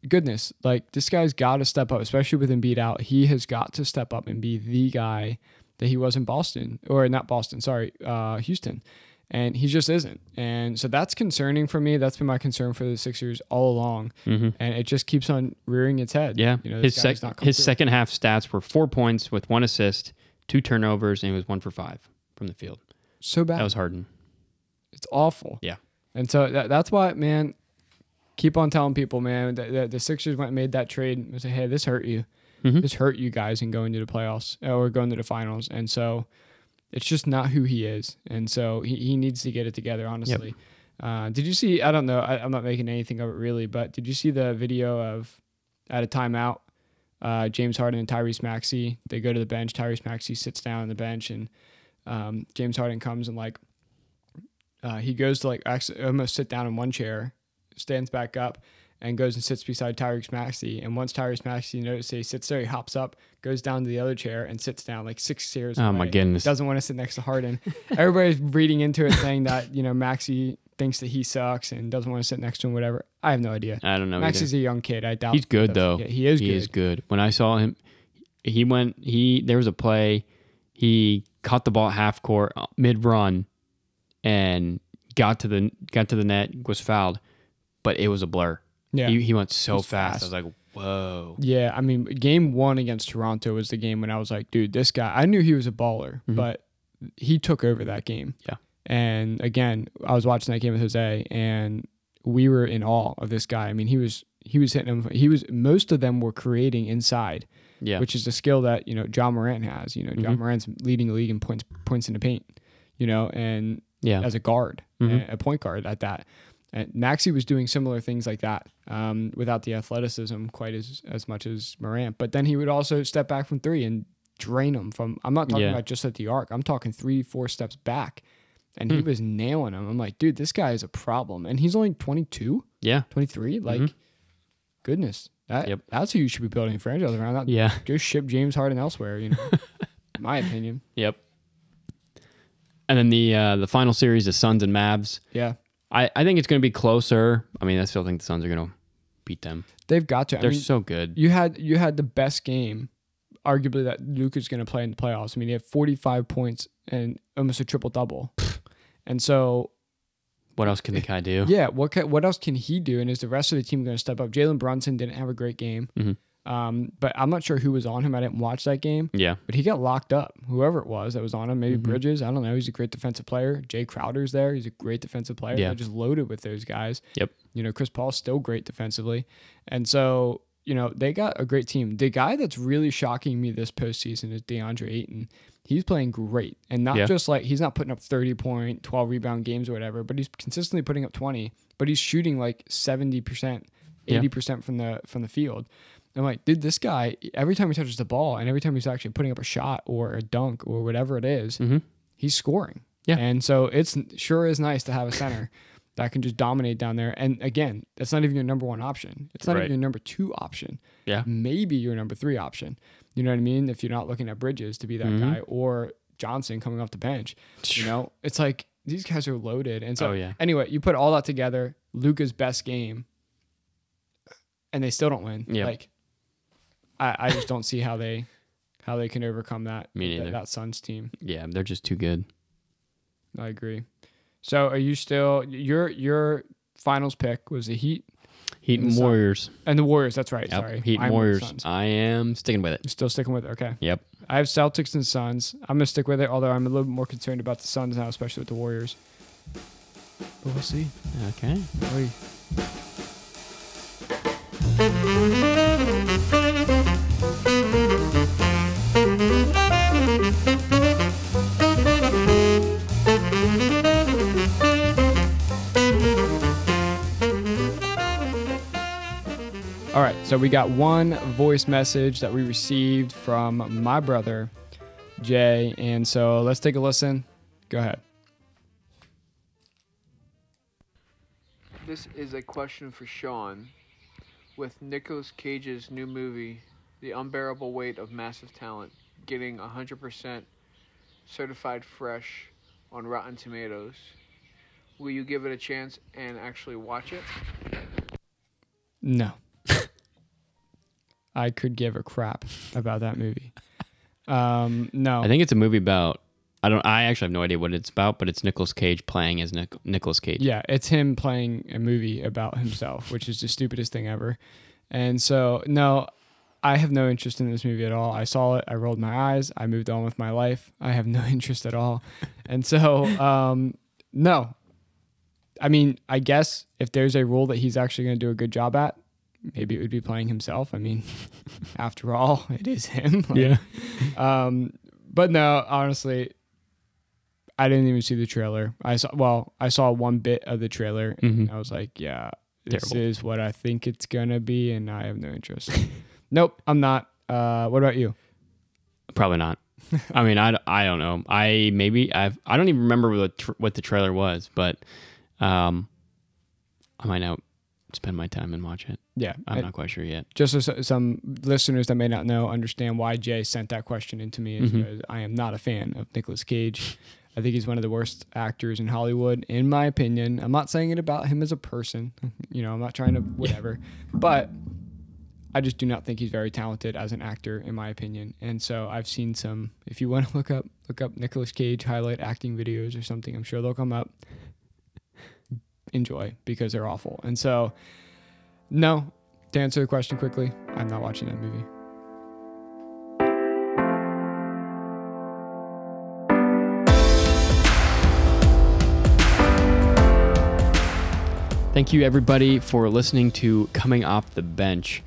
Speaker 1: goodness, like this guy's got to step up, especially with Embiid out. He has got to step up and be the guy that he was in Boston or not Boston, sorry, uh, Houston. And he just isn't. And so that's concerning for me. That's been my concern for the Sixers all along. And it just keeps on rearing its head.
Speaker 2: Mm-hmm. Yeah.
Speaker 1: You know,
Speaker 2: his
Speaker 1: this
Speaker 2: sec-
Speaker 1: guy's not coming
Speaker 2: his
Speaker 1: through.
Speaker 2: second half stats were four points with one assist, two turnovers, and he was one for five from the field.
Speaker 1: so bad.
Speaker 2: That was Harden.
Speaker 1: it's awful.
Speaker 2: Yeah.
Speaker 1: And so that, that's why, man, keep on telling people, man, that, that the Sixers went and made that trade and say, hey, this hurt you.
Speaker 2: Mhm.
Speaker 1: This hurt you guys in going to the playoffs uh, or going to the finals. And so it's just not who he is. And so he, he needs to get it together, honestly. Uh, did you see? I don't know. I, I'm not making anything of it really, but did you see the video of at a timeout? Uh, James Harden and Tyrese Maxey. They go to the bench. Tyrese Maxey sits down on the bench, and um, James Harden comes and like uh, he goes to like actually almost sit down in one chair, stands back up, and goes and sits beside Tyrese Maxey. And once Tyrese Maxey notices he sits there, he hops up, goes down to the other chair, and sits down like six chairs.
Speaker 2: Oh my
Speaker 1: away.
Speaker 2: goodness.
Speaker 1: Doesn't want to sit next to Harden. Everybody's reading into it, saying that you know Maxey thinks that he sucks and doesn't want to sit next to him. Whatever. I have no idea.
Speaker 2: I don't know. either.
Speaker 1: Maxey's a young kid. I doubt
Speaker 2: He's good
Speaker 1: that's-
Speaker 2: though.
Speaker 1: yeah, he is
Speaker 2: He
Speaker 1: good.
Speaker 2: is good. When I saw him, he went. He there was a play. He caught the ball at half court mid run, and got to the got to the net. Was fouled, but it was a blur.
Speaker 1: Yeah.
Speaker 2: He, he went so
Speaker 1: He's
Speaker 2: fast.
Speaker 1: fast.
Speaker 2: I was like, whoa.
Speaker 1: Yeah, I mean, game one against Toronto was the game when I was like, dude, this guy. I knew he was a baller, but he took over that game.
Speaker 2: Mm-hmm. Yeah.
Speaker 1: And again, I was watching that game with Jose, and we were in awe of this guy. I mean, he was he was hitting them. He was most of them were creating inside,
Speaker 2: Yeah. Mm-hmm.
Speaker 1: which is a skill that you know John Morant has. You know, John Morant's leading the league in points points in the paint. You know, and
Speaker 2: yeah.
Speaker 1: as a guard,
Speaker 2: Mhm.
Speaker 1: a- a point guard at that. And Maxi was doing similar things like that um, without the athleticism quite as, as much as Morant. But then he would also step back from three and drain them from. I'm not talking
Speaker 2: Yeah.
Speaker 1: about just at the arc. I'm talking three, four steps back, and
Speaker 2: Hmm.
Speaker 1: he was nailing them. I'm like, dude, this guy is a problem, and he's only 22,
Speaker 2: yeah.
Speaker 1: 23. Like, goodness, that
Speaker 2: Mm-hmm. Yep.
Speaker 1: that's who you should be building a franchise around. Not
Speaker 2: Yeah.
Speaker 1: go ship James Harden elsewhere. You know, in my opinion.
Speaker 2: Yep. And then the uh, the final series, the Suns and Mavs.
Speaker 1: Yeah,
Speaker 2: I, I think it's going to be closer. I mean, I still think the Suns are going to beat them.
Speaker 1: they've got to. I
Speaker 2: They're
Speaker 1: mean,
Speaker 2: so good.
Speaker 1: you had you had the best game, arguably that Luca's going to play in the playoffs. I mean, he had 45 points and almost a triple double. and so,
Speaker 2: What else can the guy do?
Speaker 1: yeah, what ca what else can he do? And is the rest of the team going to step up? Jalen Brunson didn't have a great game,
Speaker 2: Mhm.
Speaker 1: um, but I'm not sure who was on him. I didn't watch that game,
Speaker 2: Yeah.
Speaker 1: but he got locked up. Whoever it was that was on him, maybe
Speaker 2: Mm-hmm.
Speaker 1: Bridges. I don't know. He's a great defensive player. Jay Crowder's there. He's a great defensive player.
Speaker 2: Yeah.
Speaker 1: They're just loaded with those guys.
Speaker 2: Yep.
Speaker 1: You know, Chris Paul's still great defensively. And so, you know, they got a great team. The guy that's really shocking me this postseason is DeAndre Ayton. He's playing great. And not
Speaker 2: Yeah.
Speaker 1: just like he's not putting up 30 point, 12 rebound games or whatever, but he's consistently putting up 20, but he's shooting like 70%,
Speaker 2: Yeah.
Speaker 1: 80% from the from the field. I'm like, dude, this guy, every time he touches the ball and every time he's actually putting up a shot or a dunk or whatever it is,
Speaker 2: Mhm.
Speaker 1: he's scoring.
Speaker 2: Yeah.
Speaker 1: And so it's sure is nice to have a center that can just dominate down there. And again, that's not even your number one option. It's not
Speaker 2: Right.
Speaker 1: even your number two option.
Speaker 2: Yeah.
Speaker 1: Maybe your number three option. You know what I mean? If you're not looking at Bridges to be that
Speaker 2: Mm-hmm.
Speaker 1: guy or Johnson coming off the bench. You know, it's like these guys are loaded. And so
Speaker 2: Oh, yeah.
Speaker 1: anyway, you put all that together, Luca's best game, and they still don't win.
Speaker 2: Yeah.
Speaker 1: Like I, I just don't see how they how they can overcome that
Speaker 2: Me
Speaker 1: that,
Speaker 2: neither.
Speaker 1: that Suns team.
Speaker 2: Yeah. They're just too good.
Speaker 1: I agree. So are you still your your finals pick was the Heat
Speaker 2: Heat
Speaker 1: the
Speaker 2: and
Speaker 1: Sun.
Speaker 2: Warriors.
Speaker 1: and the Warriors, that's right.
Speaker 2: Yep.
Speaker 1: Sorry.
Speaker 2: Heat and
Speaker 1: I'm with the
Speaker 2: Warriors.
Speaker 1: Suns.
Speaker 2: I am sticking with it.
Speaker 1: You're still sticking with it. Okay.
Speaker 2: Yep.
Speaker 1: I have Celtics and Suns. I'm gonna stick with it, although I'm a little bit more concerned about the Suns now, especially with the Warriors. But we'll see.
Speaker 2: Okay.
Speaker 1: Oy. All right, So we got one voice message that we received from my brother, Jay. And so let's take a listen. Go ahead.
Speaker 4: This is a question for Sean. With Nicolas Cage's new movie, The Unbearable Weight of Massive Talent, getting 100% certified fresh on Rotten Tomatoes, will you give it a chance and actually watch it?
Speaker 1: No. I could give a crap about that movie. Um, no.
Speaker 2: I think it's a movie about. I don't. I actually have no idea what it's about, but it's Nicolas Cage playing as Nic- Nicolas Cage.
Speaker 1: Yeah, it's him playing a movie about himself, which is the stupidest thing ever. And so, no, I have no interest in this movie at all. I saw it, I rolled my eyes, I moved on with my life. I have no interest at all. And so, um, no. I mean, I guess if there's a role that he's actually going to do a good job at, maybe it would be playing himself. I mean, after all, it is him. Like,
Speaker 2: Yeah.
Speaker 1: um, but no, honestly, I didn't even see the trailer. I saw well, I saw one bit of the trailer, and I was like, yeah, this
Speaker 2: Mm-hmm. Terrible.
Speaker 1: is what I think it's gonna be, and I have no interest. nope, I'm not. Uh, what about you?
Speaker 2: Probably not. I mean, I, I don't know. I maybe I've I don't even remember what the, tr- what the trailer was, but um, I might not spend my time and watch it.
Speaker 1: Yeah,
Speaker 2: I'm
Speaker 1: I-
Speaker 2: not quite sure yet.
Speaker 1: just so s- some listeners that may not know understand why Jay sent that question in to me is because I am not a fan of Nicolas Cage. I think he's one of the worst actors in Hollywood, in my opinion. I'm not saying it about him as a person. You know, I'm not trying to whatever, but I just do not think he's very talented as an actor, in my opinion. And so I've seen some. If you want to look up, look up Nicolas Cage highlight acting videos or something. I'm sure they'll come up. Enjoy because they're awful. And so, no, to answer the question quickly, I'm not watching that movie.
Speaker 2: Thank you, everybody, for listening to Coming Off the Bench.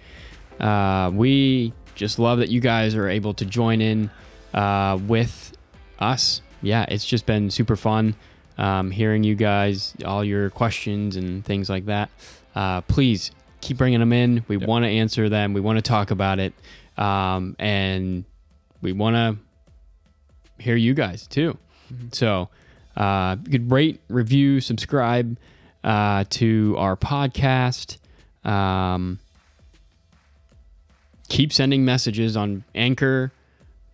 Speaker 2: Uh, we just love that you guys are able to join in uh, with us. Yeah, it's just been super fun um, hearing you guys, all your questions and things like that. Uh, please keep bringing them in. We want to answer them, we want to talk about it, um, and we want to hear you guys too. So, uh, you could rate, review, subscribe uh, to our podcast. Um, keep sending messages on Anchor,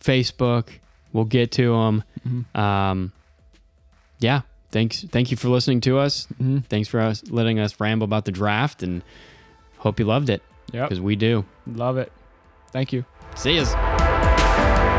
Speaker 2: Facebook. We'll get to them. Um, yeah. Thanks. Thank you for listening to us. Thanks for us letting us ramble about the draft and hope you loved it
Speaker 1: Yep.
Speaker 2: because we do.
Speaker 1: Love it. Thank you.
Speaker 2: See ya.